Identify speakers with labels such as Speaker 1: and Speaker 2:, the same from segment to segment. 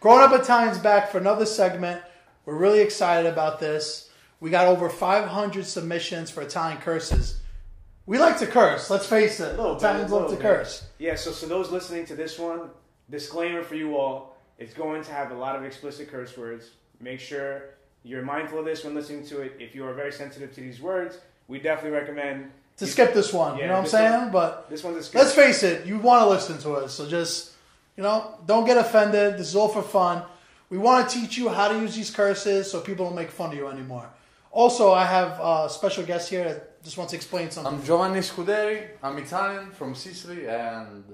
Speaker 1: Growing Up Italian's back for another segment. We're really excited about this. We got over 500 submissions for Italian curses. We like to curse, let's face it.
Speaker 2: Little bit,
Speaker 1: Italians love to
Speaker 2: little bit.
Speaker 1: curse.
Speaker 2: oh, Yeah, so so those listening to this one, disclaimer for you all, it's going to have a lot of explicit curse words. Make sure you're mindful of this when listening to it. If you are very sensitive to these words, we definitely recommend
Speaker 1: To
Speaker 2: you-
Speaker 1: skip this one, you
Speaker 2: Yeah,
Speaker 1: know what I'm
Speaker 2: this
Speaker 1: saying?
Speaker 2: one-
Speaker 1: But
Speaker 2: This one's a skip.
Speaker 1: let's face it, you want to listen to us, so just, you know, don't get offended. This is all for fun. We want to teach you how to use these curses so people don't make fun of you anymore. Also, I have a special guest here that just wants to explain something.
Speaker 3: I'm Giovanni Scuderi. I'm Italian from Sicily, and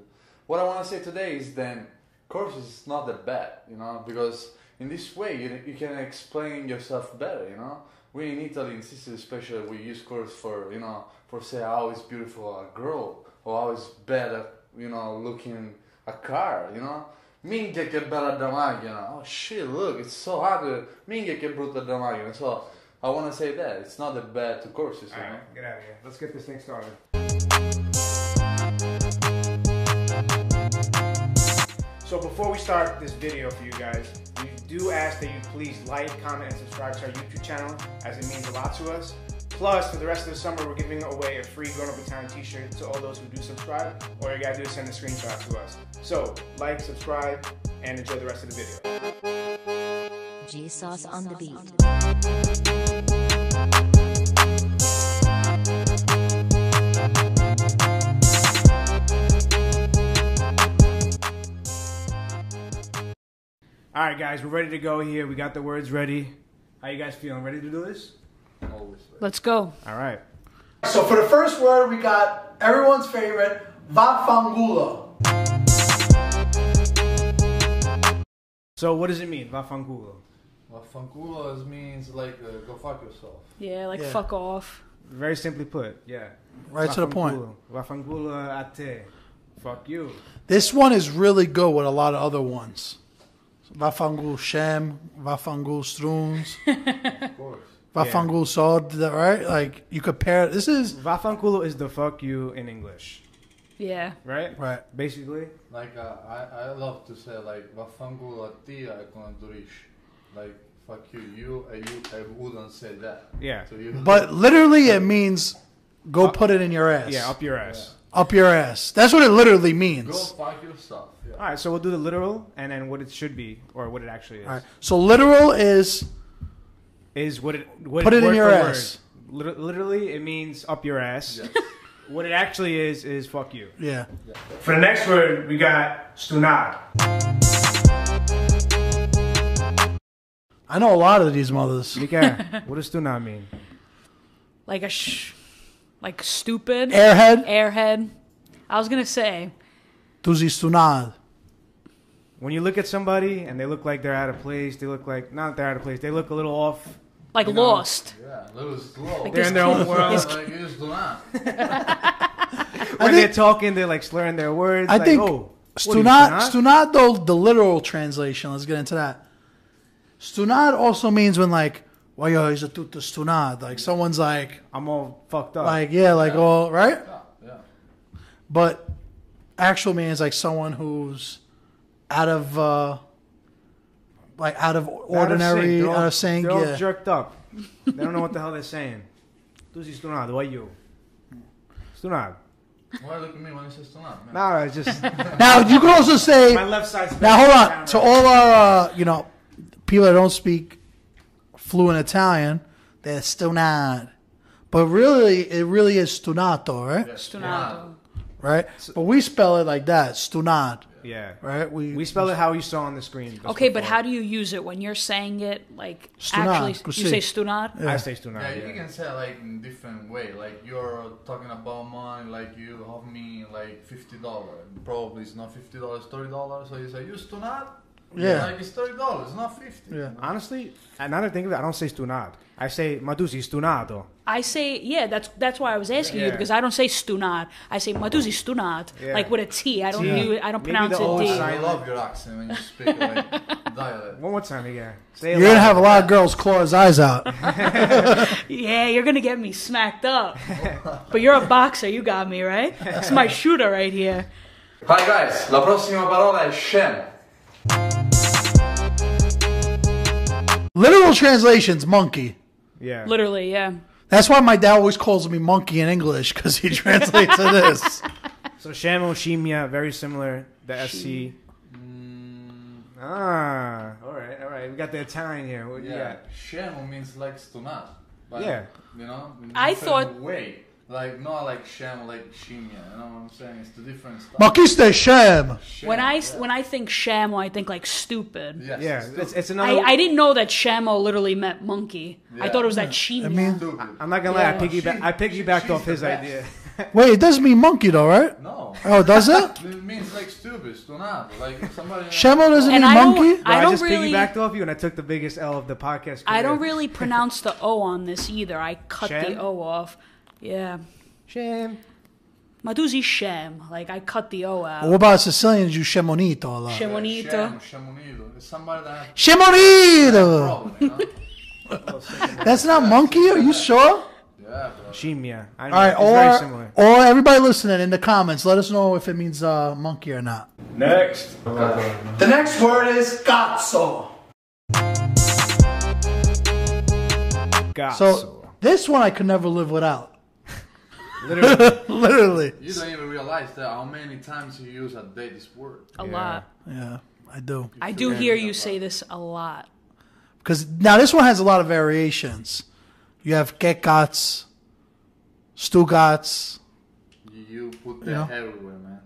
Speaker 3: what I want to say today is then courses is not that bad, you know, because in this way you, you can explain yourself better, you know. We in Italy, in Sicily especially, we use course for you know for say how is beautiful a girl or how is better, you know, looking a car, you know. Minchia che bella da macchina. Oh shit, look, it's so ugly. Minchia che brutta da macchina. So I want to say that it's not that bad to courses, you
Speaker 2: All
Speaker 3: know.
Speaker 2: right, get out of here. Let's get this thing started. So before we start this video for you guys, we do ask that you please like, comment, and subscribe to our YouTube channel as it means a lot to us. Plus, for the rest of the summer, we're giving away a free Grown Up in Town t-shirt to all those who do subscribe. All you gotta do is send a screenshot to us. So, like, subscribe, and enjoy the rest of the video.
Speaker 4: Jesus on the beat.
Speaker 2: All right, guys, we're ready to go here. We got the words ready. How you guys feeling? Ready to do this?
Speaker 3: Always.
Speaker 5: Let's go.
Speaker 2: All right.
Speaker 1: So for the first word, we got everyone's favorite, vafangulo.
Speaker 2: So, what does it mean? Vafangulo.
Speaker 3: Well, fanculos means like uh, go fuck yourself.
Speaker 5: Yeah, like
Speaker 1: Yeah.
Speaker 5: fuck off.
Speaker 2: Very simply put, yeah.
Speaker 1: Right to the point.
Speaker 2: Wafangula ate. Fuck you.
Speaker 1: This one is really good with a lot of other ones. Vafangul Shem, Vafangul Struns,
Speaker 3: Of course.
Speaker 1: Vafangul Sod, right? Like you compare this is
Speaker 2: Vafangulo is the fuck you in English,
Speaker 5: Yeah.
Speaker 2: right?
Speaker 1: right.
Speaker 2: Basically.
Speaker 3: Like uh, I, I love to say like vafangulo tia konadurish. Like fuck you, you uh, you I wouldn't say that.
Speaker 2: Yeah.
Speaker 3: To you.
Speaker 1: But literally it means go put it in your ass.
Speaker 2: Yeah, up your ass.
Speaker 1: Up your ass. That's what it literally
Speaker 3: go
Speaker 1: means.
Speaker 3: fuck yourself. Yeah.
Speaker 2: All right, so we'll do the literal and then what it should be or what it actually is.
Speaker 1: All right. So literal is
Speaker 2: Is what it what
Speaker 1: Put it in
Speaker 2: word
Speaker 1: your
Speaker 2: for
Speaker 1: ass.
Speaker 2: Word. Lit- Literally, it means up your ass.
Speaker 3: Yes.
Speaker 2: What it actually is is fuck you.
Speaker 1: yeah.
Speaker 2: For the next word, we got stunad.
Speaker 1: I know a lot of these mothers.
Speaker 2: Mika, what does stunad mean?
Speaker 5: Like a sh. Like stupid.
Speaker 1: Airhead,
Speaker 5: Airhead. I was gonna say.
Speaker 1: Tuzi Sunad.
Speaker 2: When you look at somebody and they look like they're out of place, they look like not they're out of place. They look a little off.
Speaker 5: Like
Speaker 2: You know.
Speaker 5: lost.
Speaker 3: Yeah. Lose slow.
Speaker 2: They're in their own world.
Speaker 3: like you just do not.
Speaker 2: when
Speaker 1: think-
Speaker 2: they're talking, they're like slurring their words.
Speaker 1: I
Speaker 2: like,
Speaker 1: think
Speaker 2: oh, what are you,
Speaker 1: Stunad, stunad though the literal translation. Let's get into that. Stunad also means when like, well, yo, he's a tutto stunad. Like someone's like,
Speaker 2: I'm all fucked up.
Speaker 1: like yeah, like all right.
Speaker 3: Yeah. yeah.
Speaker 1: But actual means like someone who's out of, uh like out of
Speaker 2: They're out of
Speaker 1: ordinary,
Speaker 2: sync. They're all-
Speaker 1: out of sync.
Speaker 2: They're all
Speaker 1: yeah.
Speaker 2: jerked up. they don't know what the hell they're saying. Tu si stunado, why you? Stunado.
Speaker 3: Why look at me when you say do not? Man?
Speaker 2: Nah, it's just
Speaker 1: Now you could also say.
Speaker 2: my left side's
Speaker 1: Now hold on. To all our, uh, you know, people that don't speak fluent Italian, they're stonad. But really, it really is stunato, right?
Speaker 3: Yeah,
Speaker 5: Stunado.
Speaker 1: Right. But we spell it like that, stunad.
Speaker 2: Yeah.
Speaker 1: Right. We
Speaker 2: We spell it how you saw on the screen. just
Speaker 5: Okay, but
Speaker 2: before.
Speaker 5: how do you use it when you're saying it? Like
Speaker 1: Stunad,
Speaker 5: actually,
Speaker 1: così.
Speaker 5: you say stunad.
Speaker 2: I say stunado?
Speaker 3: Yeah, you
Speaker 2: yeah.
Speaker 3: can say like in different way. Like you're talking about money, like you have me like fifty dollars. Probably it's not fifty dollars, thirty dollars. So you say used to not.
Speaker 1: Yeah.
Speaker 3: Like it's thirty dollars, not fifty.
Speaker 1: Yeah.
Speaker 2: Honestly, now that I think of it, I don't say stunado. I say ma tu sei stunado.
Speaker 5: I say yeah. That's that's why I was asking you
Speaker 2: Yeah.
Speaker 5: because I don't say stunad. I say matuzi stunad.
Speaker 2: Yeah.
Speaker 5: Like with a T. I don't
Speaker 2: T.
Speaker 5: do. I
Speaker 2: Maybe
Speaker 5: don't pronounce
Speaker 2: the
Speaker 5: it
Speaker 2: old
Speaker 5: D.
Speaker 2: Yeah.
Speaker 3: Oh, I love your accent when you speak like dialect.
Speaker 2: One more time again. Say it
Speaker 1: You're gonna
Speaker 2: loud.
Speaker 1: have a lot of girls claw his eyes out.
Speaker 5: Yeah, you're gonna get me smacked up. but you're a boxer. You got me right. That's my shooter right here.
Speaker 3: Hi guys, la prossima parola è scemo.
Speaker 1: Literal translation's monkey.
Speaker 2: Yeah.
Speaker 5: Literally, yeah.
Speaker 1: That's why my dad always calls me monkey in English because he translates to this.
Speaker 2: So Shamo Shimya, very similar. The FC.
Speaker 3: Mm.
Speaker 2: Ah, all right, all right. We got the Italian here. What do you
Speaker 3: Yeah. Shemo means likes to not. But,
Speaker 2: Yeah.
Speaker 3: You know? in
Speaker 5: I
Speaker 3: different
Speaker 5: thought-
Speaker 3: Way. Like, not like Shemo, like Shimya. You know what I'm saying? It's the different stuff.
Speaker 1: Marquiste Sham.
Speaker 3: Shemo,
Speaker 5: When I s-
Speaker 3: yeah.
Speaker 5: when I think Shamo, I think like stupid.
Speaker 3: Yes,
Speaker 2: Yeah,
Speaker 3: stupid.
Speaker 2: it's, it's another.
Speaker 5: I, I didn't know that Shamo literally meant monkey. I
Speaker 3: Yeah.
Speaker 5: thought it was that she.
Speaker 1: I mean-
Speaker 3: Stupid.
Speaker 2: I'm not gonna lie. I
Speaker 5: Yeah.
Speaker 2: piggyback.
Speaker 3: She-
Speaker 2: I piggybacked
Speaker 3: she's
Speaker 2: off
Speaker 3: the
Speaker 2: his
Speaker 3: best.
Speaker 2: idea.
Speaker 1: Wait, it doesn't mean monkey though, right?
Speaker 3: No.
Speaker 1: Oh, does it?
Speaker 3: It means like stupid, stonado. Like somebody.
Speaker 1: Shamo doesn't e- mean
Speaker 5: and I
Speaker 1: monkey.
Speaker 5: don't,
Speaker 2: Bro, I,
Speaker 5: I don't
Speaker 2: just
Speaker 5: really,
Speaker 2: piggybacked off you, and I took the biggest L of the podcast.
Speaker 5: I don't
Speaker 2: career.
Speaker 5: really pronounce the O on this either. I cut
Speaker 2: Sham?
Speaker 5: the O off. Yeah,
Speaker 2: Shame.
Speaker 5: Maduzzi Sham. Like I cut the O out.
Speaker 2: Oh,
Speaker 1: What about Sicilians? You Shemonito a lot.
Speaker 5: Shamo- Shamonito.
Speaker 3: Shamo, Shamonito. It's somebody that has a
Speaker 1: Shemonito.
Speaker 3: problem, you know?
Speaker 1: That's not monkey. Are you sure?
Speaker 3: Yeah, bro.
Speaker 2: Shimya. I
Speaker 1: All right,
Speaker 2: it's very
Speaker 1: or
Speaker 2: similar.
Speaker 1: or everybody listening in the comments, let us know if it means uh, monkey or not.
Speaker 2: Next.
Speaker 1: The next word is gotso.
Speaker 2: God.
Speaker 1: So this one I could never live without.
Speaker 2: literally.
Speaker 1: Literally.
Speaker 3: You don't even realize that how many times you use a day this word.
Speaker 5: a
Speaker 2: Yeah.
Speaker 5: lot.
Speaker 1: Yeah, I do.
Speaker 5: I do hear you say this a lot.
Speaker 1: Because now this one has a lot of variations. You have Kekats, Stugats,
Speaker 3: You, you put that
Speaker 1: Yeah.
Speaker 3: everywhere, man.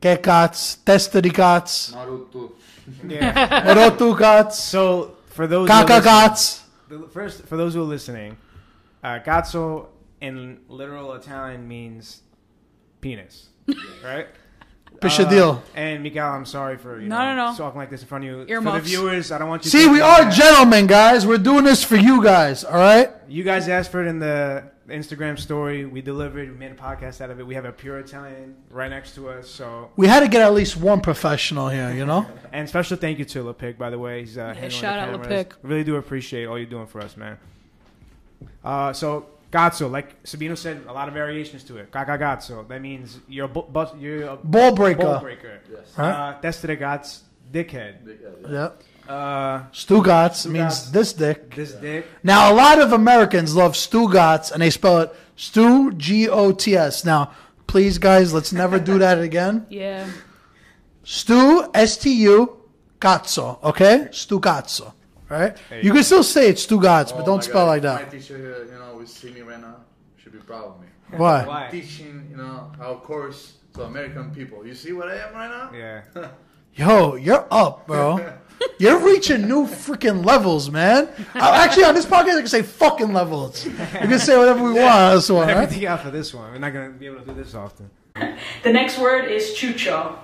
Speaker 1: Kekats, Testerikats,
Speaker 3: Naruto.
Speaker 2: yeah.
Speaker 1: Orotugats,
Speaker 2: So for those who are listening-
Speaker 1: Kakagats.
Speaker 2: the- first for those who are listening, uh, "gazzo" in literal Italian means penis, right?
Speaker 1: Pishadil.
Speaker 2: Uh, And Miguel, I'm sorry for you
Speaker 5: No,
Speaker 2: know,
Speaker 5: no, no.
Speaker 2: talking like this in front of you. For the
Speaker 5: Earmuffs.
Speaker 2: viewers, I don't want you.
Speaker 1: See,
Speaker 2: thinking
Speaker 1: we are
Speaker 2: that-
Speaker 1: gentlemen, guys. We're doing this for you guys, all right?
Speaker 2: You guys asked for it in the Instagram story. We delivered. We made a podcast out of it. We have a pure Italian right next to us. So,
Speaker 1: We had to get at least one professional here, you know?
Speaker 2: and special thank you to LePic, by the way. He's uh, handling
Speaker 5: shout out
Speaker 2: the cameras.
Speaker 5: LePic.
Speaker 2: Really do appreciate all you're doing for us, man. Uh, so. Gazzo, like Sabino said, a lot of variations to it. Kakagazzo, that means you're a, bu- bus- you're a
Speaker 1: Ball breaker.
Speaker 2: ball breaker.
Speaker 3: Yes.
Speaker 1: Huh?
Speaker 2: Uh, Testregats, dickhead.
Speaker 3: Big idea.
Speaker 1: Yep.
Speaker 2: Uh,
Speaker 1: Stugats means
Speaker 2: Stugats.
Speaker 1: this dick.
Speaker 2: this dick.
Speaker 1: Now, a lot of Americans love Stugats and they spell it Stu G O T S. Now, please, guys, let's never do that again.
Speaker 5: Yeah.
Speaker 1: Stu, S T U, cazzo, okay? Stu cazzo, right?
Speaker 2: There
Speaker 1: You,
Speaker 2: you
Speaker 1: can still say it's Stu Gats,
Speaker 3: Oh
Speaker 1: but don't
Speaker 3: my
Speaker 1: spell
Speaker 3: God,
Speaker 1: like
Speaker 3: My
Speaker 1: that.
Speaker 3: teacher, here, you know, who see me right now, should be proud of me.
Speaker 1: Why?
Speaker 2: Why?
Speaker 3: Teaching, you know, our course to American people. You see what I am right now?
Speaker 2: Yeah.
Speaker 1: Yo, you're up, bro. You're reaching new freaking levels, man. Uh, actually, on this podcast, I can say fucking levels. You can say whatever we want on this one, right?
Speaker 2: Everything out for this one. We're not gonna be able to do this often.
Speaker 5: The next word is chucho.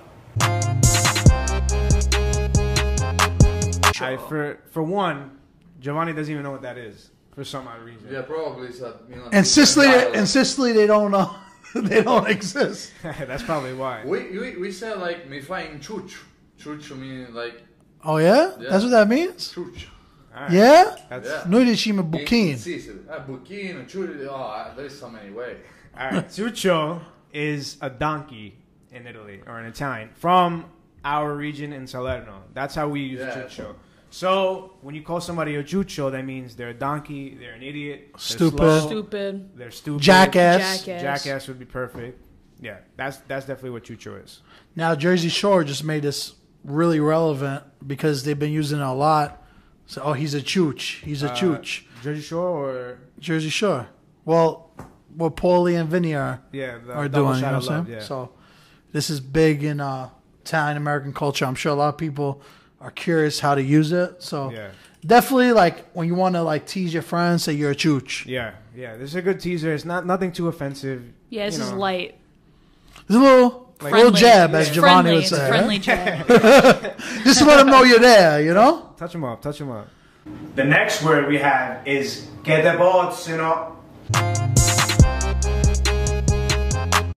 Speaker 2: I, for for one, Giovanni doesn't even know what that is for some odd reason.
Speaker 3: Yeah, probably. it's a, you know,
Speaker 1: In Sicily,
Speaker 3: dialect.
Speaker 1: in Sicily, they don't know. They don't exist.
Speaker 2: That's probably why.
Speaker 3: we, we, we say like, me find chuchu. Chuchu means like,
Speaker 1: Oh yeah,
Speaker 3: Yeah.
Speaker 1: that's what that means.
Speaker 3: chuchu.
Speaker 2: All right.
Speaker 1: Yeah,
Speaker 2: That's,
Speaker 3: Yeah.
Speaker 1: no, they shima
Speaker 3: In
Speaker 1: bukin.
Speaker 3: Sicily. Ah, bukin, chuchu. Oh, ah, there's so many ways.
Speaker 2: All right. Zuccio is a donkey in Italy or in Italian from our region in Salerno. That's how we use
Speaker 3: Yeah.
Speaker 2: Zuccio. So when you call somebody a Zuccio, that means they're a donkey, they're an idiot, they're
Speaker 1: Stupid.
Speaker 2: slow,
Speaker 5: Stupid.
Speaker 2: they're stupid,
Speaker 1: Jackass.
Speaker 5: Jackass.
Speaker 2: Jackass would be perfect. Yeah, that's that's definitely what Chucho is.
Speaker 1: Now Jersey Shore just made this really relevant because they've been using it a lot. So oh, he's a chooch. He's a
Speaker 2: Uh,
Speaker 1: chooch.
Speaker 2: Jersey Shore or
Speaker 1: Jersey Shore. Well, what Paulie and Vinny are
Speaker 2: yeah, the
Speaker 1: are
Speaker 2: Double
Speaker 1: doing. You
Speaker 2: Shot
Speaker 1: know
Speaker 2: of
Speaker 1: what I'm
Speaker 2: Love,
Speaker 1: saying?
Speaker 2: yeah.
Speaker 1: So this is big in uh, Italian American culture. I'm sure a lot of people are curious how to use it. So
Speaker 2: Yeah.
Speaker 1: definitely, like when you want to like tease your friends, say you're a chooch.
Speaker 2: yeah, yeah. This is a good teaser. It's not nothing too offensive.
Speaker 5: Yeah, this
Speaker 2: you
Speaker 5: is
Speaker 2: know.
Speaker 5: light.
Speaker 1: It's a little
Speaker 2: Like-
Speaker 1: little
Speaker 5: Friendly.
Speaker 1: jab, as
Speaker 5: It's
Speaker 1: Giovanni
Speaker 5: friendly.
Speaker 1: would
Speaker 5: It's
Speaker 1: say.
Speaker 5: a
Speaker 1: right?
Speaker 5: friendly jab.
Speaker 1: Just to let them know you're there. You know.
Speaker 2: Touch him up. Touch him up. The next word we have is gedebotsino.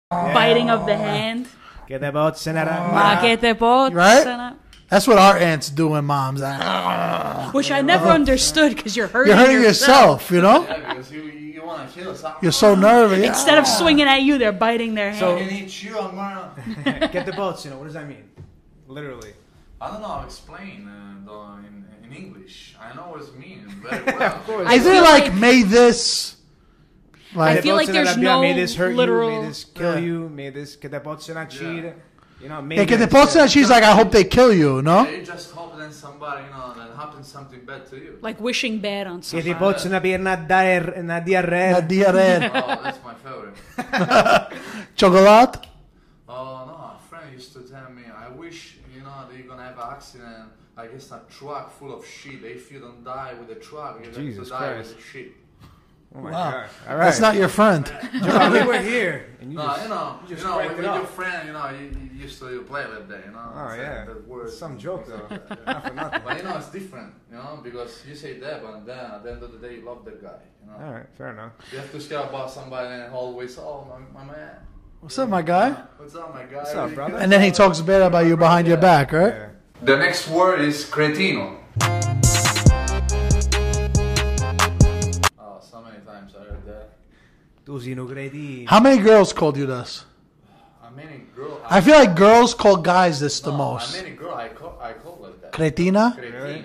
Speaker 5: Biting of the hand. Ah.
Speaker 2: Gedebotsino.
Speaker 5: Maquete pot.
Speaker 1: Right? That's what our aunts do and moms. Ah,
Speaker 5: Which I never understood because you're hurting,
Speaker 1: Uh-huh. You're hurting yourself, you know?
Speaker 3: Yeah, because you, you want to kill something.
Speaker 1: You're so nervous. yeah.
Speaker 5: Instead of swinging at you, they're biting their hand.
Speaker 2: So-
Speaker 3: I can eat you, I'm gonna.
Speaker 2: Gedebotsino. What does that mean? Literally.
Speaker 3: I don't know how to explain uh, though in, in English. English. I know it's mean very well.
Speaker 2: Of course.
Speaker 5: I
Speaker 1: Is it
Speaker 5: feel
Speaker 1: like,
Speaker 5: like-
Speaker 1: may this?
Speaker 5: I
Speaker 1: Like,
Speaker 5: feel like there's
Speaker 2: May
Speaker 5: no
Speaker 2: this hurt
Speaker 5: literal-
Speaker 2: you. May this kill
Speaker 1: Yeah.
Speaker 2: you. May this que te possa na cheat. You know, may
Speaker 1: yeah, get the
Speaker 2: this-
Speaker 1: post that she's like, I hope they kill you. No,
Speaker 3: They just hope that somebody, you know, that happens something bad to you.
Speaker 5: Like wishing bad on
Speaker 2: Que te
Speaker 5: someone.
Speaker 2: possa na perna dar na diarrea.
Speaker 1: La diarrea.
Speaker 3: oh, that's my favorite.
Speaker 1: chocolate.
Speaker 3: Oh no, a friend used to tell me, I wish, you know, that you're gonna have an accident. I guess a truck full of shit. If you don't die with a truck, you're going to
Speaker 2: Jesus
Speaker 3: die
Speaker 2: Christ.
Speaker 3: with the shit.
Speaker 2: Oh my
Speaker 1: Wow.
Speaker 2: God. All right.
Speaker 1: That's not your friend.
Speaker 2: John, we were here. And you
Speaker 3: No, you
Speaker 2: just,
Speaker 3: know, you,
Speaker 2: just
Speaker 3: know,
Speaker 2: cracked
Speaker 3: with,
Speaker 2: it
Speaker 3: with your
Speaker 2: up.
Speaker 3: friend, you know, you, you used to play like that, you know.
Speaker 2: oh
Speaker 3: it's like
Speaker 2: yeah.
Speaker 3: The word.
Speaker 2: Some joke though.
Speaker 3: but you know, it's different, you know, because you say that, but then at the end of the day, you love that guy, you know.
Speaker 2: All right. Fair enough.
Speaker 3: You have to scare about somebody and always, oh, my, my man.
Speaker 1: What's up, my guy?
Speaker 3: What's up, my guy?
Speaker 2: What's up, brother?
Speaker 1: And then he talks bad about you behind your back, right?
Speaker 2: Yeah.
Speaker 3: The next word is cretino. Oh, so many times I heard that.
Speaker 2: Tu sei un cretino.
Speaker 1: How many girls called you this?
Speaker 3: I many girl.
Speaker 1: I feel like girls call guys this the
Speaker 3: no,
Speaker 1: most.
Speaker 3: Oh, I many girl. I call. I call like that.
Speaker 1: Cretina?
Speaker 3: Cretina.
Speaker 2: Really?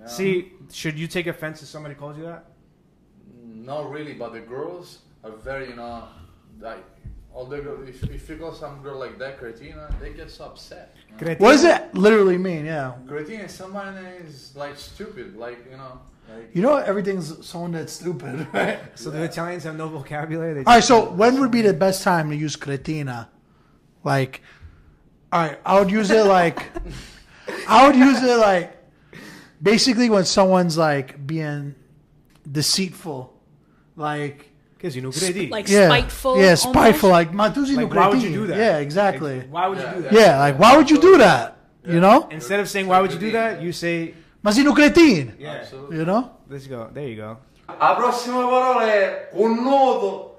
Speaker 3: Yeah.
Speaker 2: See, should you take offense if somebody calls you that?
Speaker 3: Not really, but the girls are very, you know, like all the girl. If, if you call some girl like that, cretina, they get so upset. you know?
Speaker 1: What does it literally mean? Yeah.
Speaker 3: Cretina is somebody that is like stupid, like you know, like
Speaker 1: You know, everything's someone that's stupid, right?
Speaker 2: So the Italians have no vocabulary. They
Speaker 1: All right, so when would be the best time to use cretina? Like, all right, I would use it like, I would use it like, basically when someone's like being deceitful, like,
Speaker 2: Che sei un cretino.
Speaker 5: Like
Speaker 1: yeah,
Speaker 5: spiteful.
Speaker 1: yeah,
Speaker 5: almost.
Speaker 1: spiteful, like, Matuzi
Speaker 2: Like, why would you do that?
Speaker 1: Yeah, exactly.
Speaker 2: Like, why would
Speaker 3: Yeah,
Speaker 2: you do that?
Speaker 3: yeah.
Speaker 1: yeah, like why would you do that? You know,
Speaker 2: Instead of saying why would you do that, you say
Speaker 1: Masino cretin.
Speaker 2: yeah.
Speaker 3: absolutely.
Speaker 1: You know,
Speaker 2: Let's go. There you go.
Speaker 3: La prossima parola è un nodo.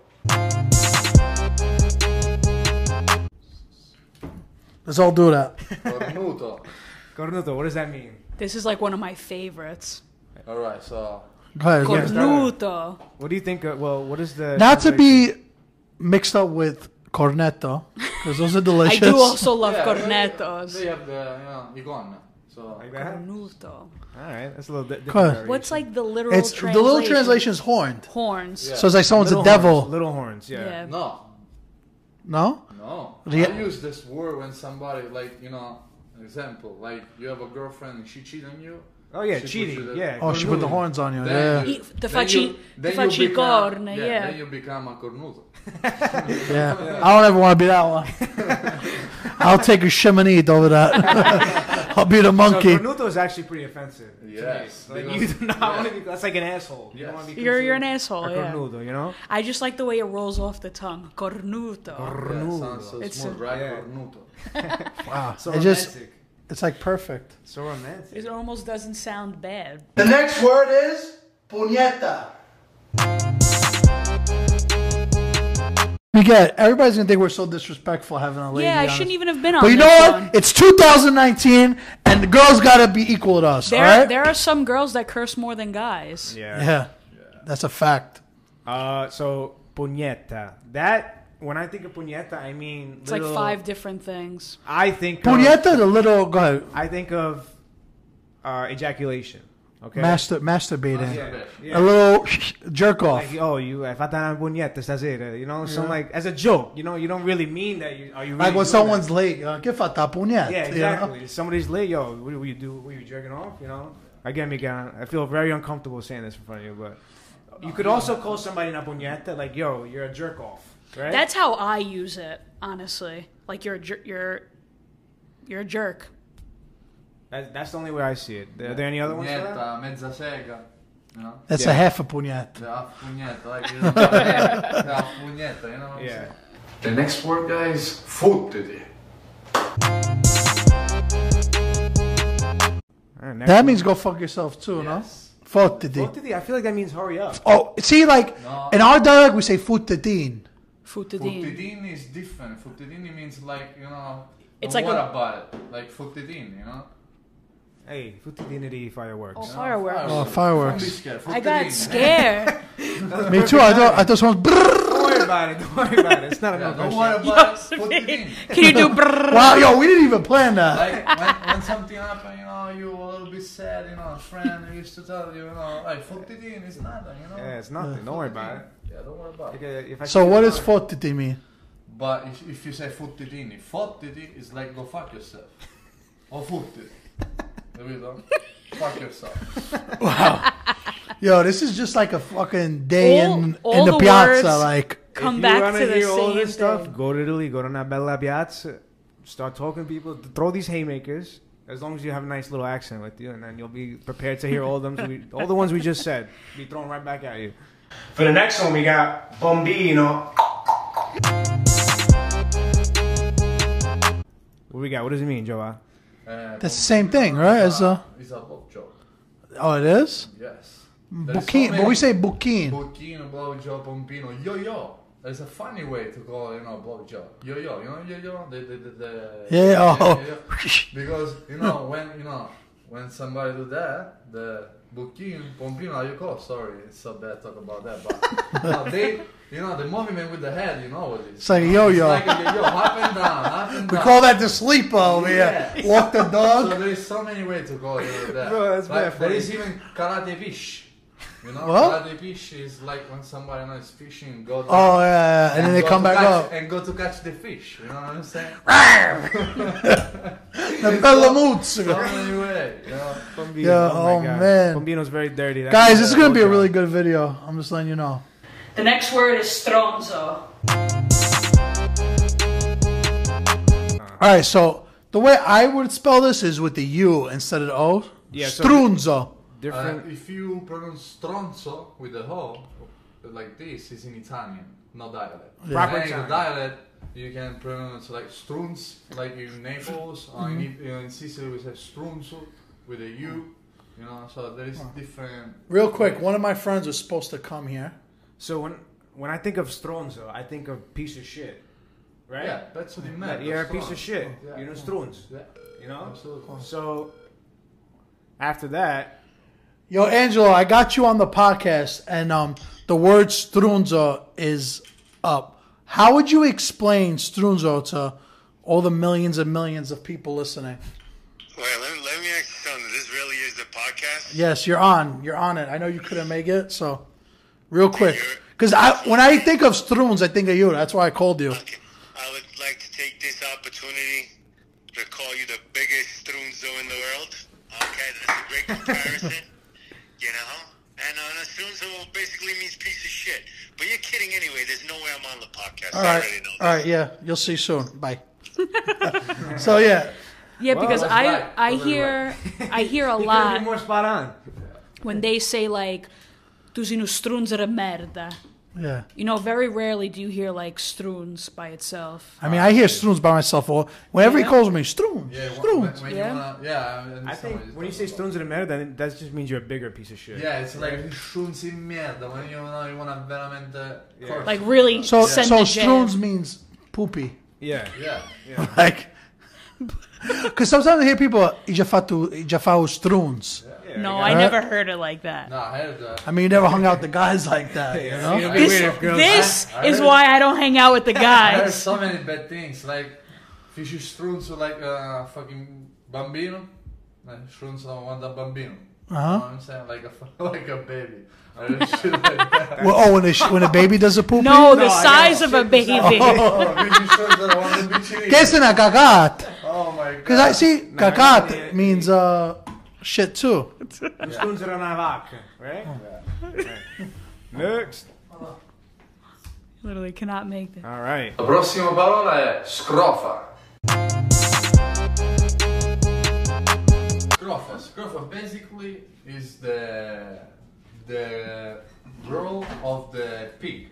Speaker 1: let's all do that.
Speaker 3: Cornuto.
Speaker 2: Cornuto, what does that mean?
Speaker 5: This is like one of my favorites.
Speaker 3: All right, so
Speaker 1: Go ahead. go ahead.
Speaker 5: Cornuto.
Speaker 2: What do you think? Of, well, what is the
Speaker 1: Not to be mixed up with cornetto, because those are
Speaker 5: I
Speaker 1: delicious.
Speaker 5: do also love
Speaker 3: Yeah, They
Speaker 5: cornetos.
Speaker 3: have the you know, iguana. So
Speaker 2: like that?
Speaker 5: Cornuto.
Speaker 2: All right, that's a little bit
Speaker 1: Cool.
Speaker 2: different. variation.
Speaker 5: What's like the literal
Speaker 1: it's
Speaker 5: translation?
Speaker 1: the little translation is horned.
Speaker 5: Horns.
Speaker 3: Yeah.
Speaker 1: So it's like someone's
Speaker 2: Little
Speaker 1: a devil.
Speaker 2: horns, little horns? Yeah.
Speaker 5: Yeah.
Speaker 3: no,
Speaker 1: No,
Speaker 3: no.
Speaker 1: Ria-
Speaker 3: I use this word when somebody like you know, an example like you have a girlfriend and she cheated on you.
Speaker 2: Oh yeah,
Speaker 3: She puts you
Speaker 2: cheating.
Speaker 3: there.
Speaker 2: Yeah.
Speaker 1: oh, she put the
Speaker 2: cornuto.
Speaker 1: horns on you.
Speaker 3: Then
Speaker 1: Yeah,
Speaker 3: you-
Speaker 5: He- the
Speaker 3: then
Speaker 5: facci-
Speaker 3: you-
Speaker 5: the
Speaker 3: then you become-
Speaker 5: faccicorne,
Speaker 3: yeah,
Speaker 5: yeah.
Speaker 3: Then you become a cornuto.
Speaker 1: yeah. I don't ever want to be that one. I'll take a shimonite over that. I'll be the
Speaker 2: So
Speaker 1: monkey.
Speaker 2: cornuto is actually pretty offensive. to me.
Speaker 3: Yes,
Speaker 2: Like, you
Speaker 3: because-
Speaker 2: do not want to be. That's like an asshole. You don't
Speaker 3: Yes.
Speaker 2: want to be.
Speaker 5: You're, you're an
Speaker 2: considered
Speaker 5: asshole,
Speaker 2: a
Speaker 5: yeah.
Speaker 2: Cornuto, you know.
Speaker 5: I just like the way it rolls off the tongue. Cornuto.
Speaker 3: Yeah,
Speaker 2: Cornuto.
Speaker 3: sounds so
Speaker 5: It's
Speaker 3: smooth,
Speaker 5: a-
Speaker 3: right?
Speaker 2: yeah.
Speaker 3: Cornuto.
Speaker 1: Wow,
Speaker 2: So
Speaker 1: it just
Speaker 2: romantic.
Speaker 1: it's like perfect.
Speaker 2: So romantic.
Speaker 5: It almost doesn't sound bad.
Speaker 1: The next word is puñeta. We get everybody's gonna think we're so disrespectful having a lady.
Speaker 5: yeah, I
Speaker 1: on
Speaker 5: shouldn't
Speaker 1: us.
Speaker 5: even have been on
Speaker 1: But you know
Speaker 5: this
Speaker 1: what?
Speaker 5: one.
Speaker 1: It's 2019, and the girls gotta be equal to us.
Speaker 5: There,
Speaker 1: all right?
Speaker 5: there are some girls that curse more than guys.
Speaker 1: yeah, that's a fact.
Speaker 2: Uh, so puñeta. That when I think of puñeta, I mean
Speaker 5: It's like five different things.
Speaker 2: I think Of,
Speaker 1: Puñeta, the little go ahead,
Speaker 2: I think of uh, ejaculation. Okay.
Speaker 1: master masturbating,
Speaker 2: Oh, Yeah,
Speaker 1: a
Speaker 2: yeah.
Speaker 1: little jerk off.
Speaker 2: Like, oh, you hai fatto una puñeta stasera, uh, you know, so like as a joke, you know, you don't really mean that. You, are you really
Speaker 1: Like when
Speaker 2: doing
Speaker 1: someone's
Speaker 2: that?
Speaker 1: late, uh, che fa ta puñet?
Speaker 2: yeah,
Speaker 1: you know?
Speaker 2: exactly. If Somebody's late, yo, what do you do? What are you jerking off? You know, again, again, I feel very uncomfortable saying this in front of you, but you could also call somebody una puñeta, like yo, you're a jerk off, right?
Speaker 5: That's how I use it, honestly. Like you're a jer- you're you're a jerk.
Speaker 2: That- that's the only way I see it. Are there any other ones? for that?
Speaker 3: Pugnetta, mezza sega. You know?
Speaker 1: That's
Speaker 2: Yeah.
Speaker 1: a half a puñet.
Speaker 3: The half pugnetta, like you know, the half pugnetta, you know what I'm
Speaker 2: Yeah.
Speaker 3: saying? The next word, guys, fottiti.
Speaker 2: All right, next
Speaker 1: That
Speaker 2: one.
Speaker 1: means go fuck yourself too,
Speaker 3: Yes.
Speaker 1: no? Fottiti.
Speaker 2: Fottiti, I feel like that means hurry up.
Speaker 1: Oh, see, like
Speaker 3: No.
Speaker 1: in our dialect we say futtitin.
Speaker 5: Futadin.
Speaker 3: Fottitini is different. Fottitini means like, you know,
Speaker 5: It's
Speaker 3: what
Speaker 5: like a-
Speaker 3: about it? Like fottitini, you know?
Speaker 2: Hey, futtitinity fireworks.
Speaker 5: Oh, fireworks.
Speaker 1: Oh, fireworks.
Speaker 3: Don't be scared.
Speaker 5: I got
Speaker 3: Fottitini.
Speaker 5: scared.
Speaker 1: Me too. I thought I thought someone. Brrr.
Speaker 2: about it. Don't worry about it. It's not a
Speaker 3: Yeah,
Speaker 2: no
Speaker 3: don't
Speaker 2: question.
Speaker 3: worry about it. Put it in.
Speaker 5: Can you do brrrr?
Speaker 1: Wow, yo, we didn't even plan that.
Speaker 3: Like when, when something happened, you know, you were a little bit sad, you know, a friend used to tell you, you know, like put it in, it's nothing, you know.
Speaker 2: Yeah, it's nothing. Don't worry about it.
Speaker 3: Yeah, don't worry about
Speaker 2: Like,
Speaker 3: it.
Speaker 2: uh, if I
Speaker 1: So
Speaker 2: shoot
Speaker 1: what
Speaker 2: it
Speaker 1: does
Speaker 2: out-
Speaker 1: fortiti mean?
Speaker 3: But if, if you say foot it in, foot it in is like go fuck yourself. Or foot it. There we go. Fuck yourself.
Speaker 1: Wow. Yo, this is just like a fucking day
Speaker 5: All-
Speaker 1: in
Speaker 5: all
Speaker 1: in the,
Speaker 5: the
Speaker 1: piazza.
Speaker 5: words-
Speaker 1: Like,
Speaker 5: Come
Speaker 2: if you
Speaker 5: back
Speaker 2: wanna
Speaker 5: to the
Speaker 2: hear
Speaker 5: same
Speaker 2: all this stuff,
Speaker 5: thing.
Speaker 2: go to Italy, go to una bella piazza, start talking to people, throw these haymakers. As long as you have a nice little accent with you, and then you'll be prepared to hear all them, we, all the ones we just said, be thrown right back at you. For the next one, we got Bombino. What we got? What does it mean, Joa?
Speaker 3: Uh,
Speaker 1: That's the same thing, right? As a
Speaker 3: it's a blow job.
Speaker 1: oh, it is
Speaker 3: Yes. There is so
Speaker 1: bucchini, but
Speaker 3: many-
Speaker 1: we say bucchini.
Speaker 3: Bucchino, blowjob, pompino, yo-yo. There's a funny way to call, you know, blowjob. Yo-yo, you know, yo-yo, the, the, the, the
Speaker 1: Yeah, oh.
Speaker 3: Because, you know, when, you know, when somebody do that, the bucchino, pompino, you call, sorry, it's so bad talk about that, but, you know, they, you know, the movement with the head, you know what it is.
Speaker 1: It's like a yo-yo.
Speaker 3: It's like a yo-yo, up and down, up and
Speaker 1: We
Speaker 3: down.
Speaker 1: call that the sleeper over
Speaker 3: Yeah.
Speaker 1: here. Walk the
Speaker 3: so
Speaker 1: dog.
Speaker 3: there is so many ways to call it that.
Speaker 2: Bro, that's
Speaker 3: like,
Speaker 2: bad
Speaker 3: There
Speaker 2: for
Speaker 3: is even karate fish. You know,
Speaker 1: What?
Speaker 3: karate fish is like when somebody you know, is fishing, go to
Speaker 1: Oh yeah, yeah, and then they
Speaker 3: go
Speaker 1: come
Speaker 3: to
Speaker 1: back
Speaker 3: catch,
Speaker 1: up.
Speaker 3: and go to catch the fish. You know what I'm saying?
Speaker 1: The Bella Muzza.
Speaker 3: So many ways. You know?
Speaker 2: Bombino.
Speaker 1: Yeah, oh, man.
Speaker 2: Bombino's very dirty. That
Speaker 1: Guys,
Speaker 2: means
Speaker 1: this is gonna be a
Speaker 2: blowjob.
Speaker 1: really good video. I'm just letting you know.
Speaker 5: The next word is stronzo.
Speaker 1: All right, so the way I would spell this is with the U instead of the O.
Speaker 2: Yeah, so-
Speaker 1: Strunzo.
Speaker 3: Uh,
Speaker 2: different.
Speaker 3: if you pronounce stronzo with the ho like this, it's in Italian, not dialect.
Speaker 2: Proper
Speaker 3: And in
Speaker 2: Italian.
Speaker 3: dialect, you can pronounce like strunz, like in Naples, or in,
Speaker 2: Mm-hmm.
Speaker 3: it- in Sicily we say strunzo with a u. You know, so there is different.
Speaker 1: Real quick, one of my friends was supposed to come here.
Speaker 2: so when when I think of stronzo, I think of piece of shit, right?
Speaker 3: Yeah, that's what it meant.
Speaker 2: Like, you're a
Speaker 3: stronzo.
Speaker 2: piece of shit.
Speaker 3: Yeah.
Speaker 2: You're no strunz.
Speaker 3: Yeah,
Speaker 2: You know?
Speaker 3: absolutely.
Speaker 2: So after that,
Speaker 1: Yo, Angelo, I got you on the podcast, and um, the word strunzo is up. How would you explain strunzo to all the millions and millions of people listening?
Speaker 6: Wait, let me, let me ask you something. This really is the podcast?
Speaker 1: Yes, you're on. You're on it. I know you couldn't make it, so real quick, because I when I think of struns, I think of you. That's why I called you.
Speaker 6: Okay. I would like to take this opportunity to call you the biggest strunzo in the world. Okay, that's a great comparison. you know? And uh, the strunzo basically means piece of shit. But you're kidding anyway. There's no way I'm on the podcast.
Speaker 1: All
Speaker 6: I
Speaker 1: right,
Speaker 6: already know
Speaker 1: all right, yeah. You'll see soon. Bye. so yeah,
Speaker 5: Yeah, because
Speaker 3: that's
Speaker 5: I
Speaker 3: right.
Speaker 5: I
Speaker 3: Totally
Speaker 5: hear I hear a
Speaker 2: you could be
Speaker 5: lot
Speaker 2: more spot on.
Speaker 5: when they say like tu sei uno strunzo de merda.
Speaker 1: yeah.
Speaker 5: You know, very rarely do you hear like struns by itself.
Speaker 1: I mean, I hear struns by myself. Or whenever he
Speaker 5: Yeah.
Speaker 1: calls me, struns,
Speaker 3: Yeah, when, when,
Speaker 1: struns.
Speaker 3: when
Speaker 5: Yeah.
Speaker 3: you wanna, yeah. I, understand
Speaker 2: I think
Speaker 3: what you're
Speaker 2: when you say
Speaker 3: talking about.
Speaker 2: strunzo de merda, then that just means you're a bigger piece of shit.
Speaker 3: Yeah, it's like strunz in merda when you know you wanna veramente. curse.
Speaker 5: Like really
Speaker 1: So
Speaker 5: send
Speaker 1: so
Speaker 5: the jab.
Speaker 1: struns means poopy.
Speaker 2: Yeah.
Speaker 3: yeah.
Speaker 1: Like, because sometimes I hear people, "I già fatto, I già fatto struns.
Speaker 2: Yeah,
Speaker 5: No,
Speaker 2: yeah.
Speaker 5: I
Speaker 1: Huh?
Speaker 5: never heard it like that.
Speaker 3: No, I heard that.
Speaker 1: I mean, you never hung out with guys like that, you know?
Speaker 2: It'd be
Speaker 5: This,
Speaker 2: weird if girls-
Speaker 5: this
Speaker 3: I- I
Speaker 5: is
Speaker 3: heard-
Speaker 5: why I don't hang out with the
Speaker 3: I heard
Speaker 5: guys.
Speaker 3: so many bad things, like if you strunzo like a fucking bambino, like strunzo one da bambino. You know
Speaker 1: Uh-huh.
Speaker 3: what I'm saying? Like a fu- like a baby. I heard shit like that.
Speaker 1: Well, oh, when a, sh- when a baby does a poopy?
Speaker 5: No,
Speaker 3: No,
Speaker 5: the
Speaker 3: I
Speaker 5: size
Speaker 3: know.
Speaker 5: of a baby.
Speaker 3: Oh, if you strunzo la one da bicini.
Speaker 1: Que es una cagat?
Speaker 3: Oh my god.
Speaker 1: Because I see
Speaker 2: No,
Speaker 1: cagat
Speaker 2: yeah, yeah.
Speaker 1: means uh, shit too.
Speaker 2: Lo strunzo de una vaca, right? Okay. Next.
Speaker 5: Literally cannot make that.
Speaker 2: All right.
Speaker 3: La prossima parola è scrofa. Scrofa, scrofa basically is the the girl of the pig.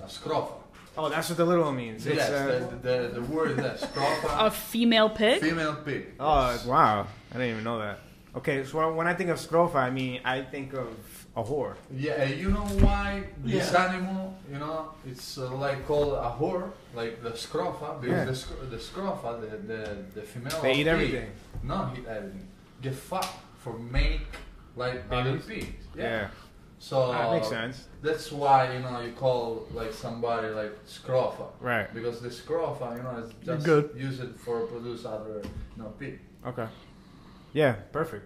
Speaker 3: La scrofa.
Speaker 2: Oh, that's what the little one means. It's,
Speaker 3: yes,
Speaker 2: uh,
Speaker 3: the, the, the word is that scrofa,
Speaker 5: A female pig?
Speaker 3: female pig.
Speaker 2: oh, wow. I didn't even know that. Okay, so when I think of scrofa, I mean, I think of a whore.
Speaker 3: Yeah, and you know why this
Speaker 1: Yeah.
Speaker 3: animal, you know, it's uh, like called a whore, like the scrofa, because
Speaker 2: Yeah.
Speaker 3: the, sc- the scrofa, the, the, the female.
Speaker 2: They
Speaker 3: of
Speaker 2: eat
Speaker 3: pig, uh,
Speaker 2: everything.
Speaker 3: No, eat everything. Get fucked for make like other
Speaker 2: Babies?
Speaker 3: pigs.
Speaker 2: Yeah.
Speaker 3: So
Speaker 2: That makes sense.
Speaker 3: That's why you know you call like somebody like scrofa,
Speaker 2: Right.
Speaker 3: Because the scrofa, you know, is
Speaker 1: You're
Speaker 3: just
Speaker 1: good.
Speaker 3: use it for produce other you know pig.
Speaker 2: Okay. Yeah, perfect.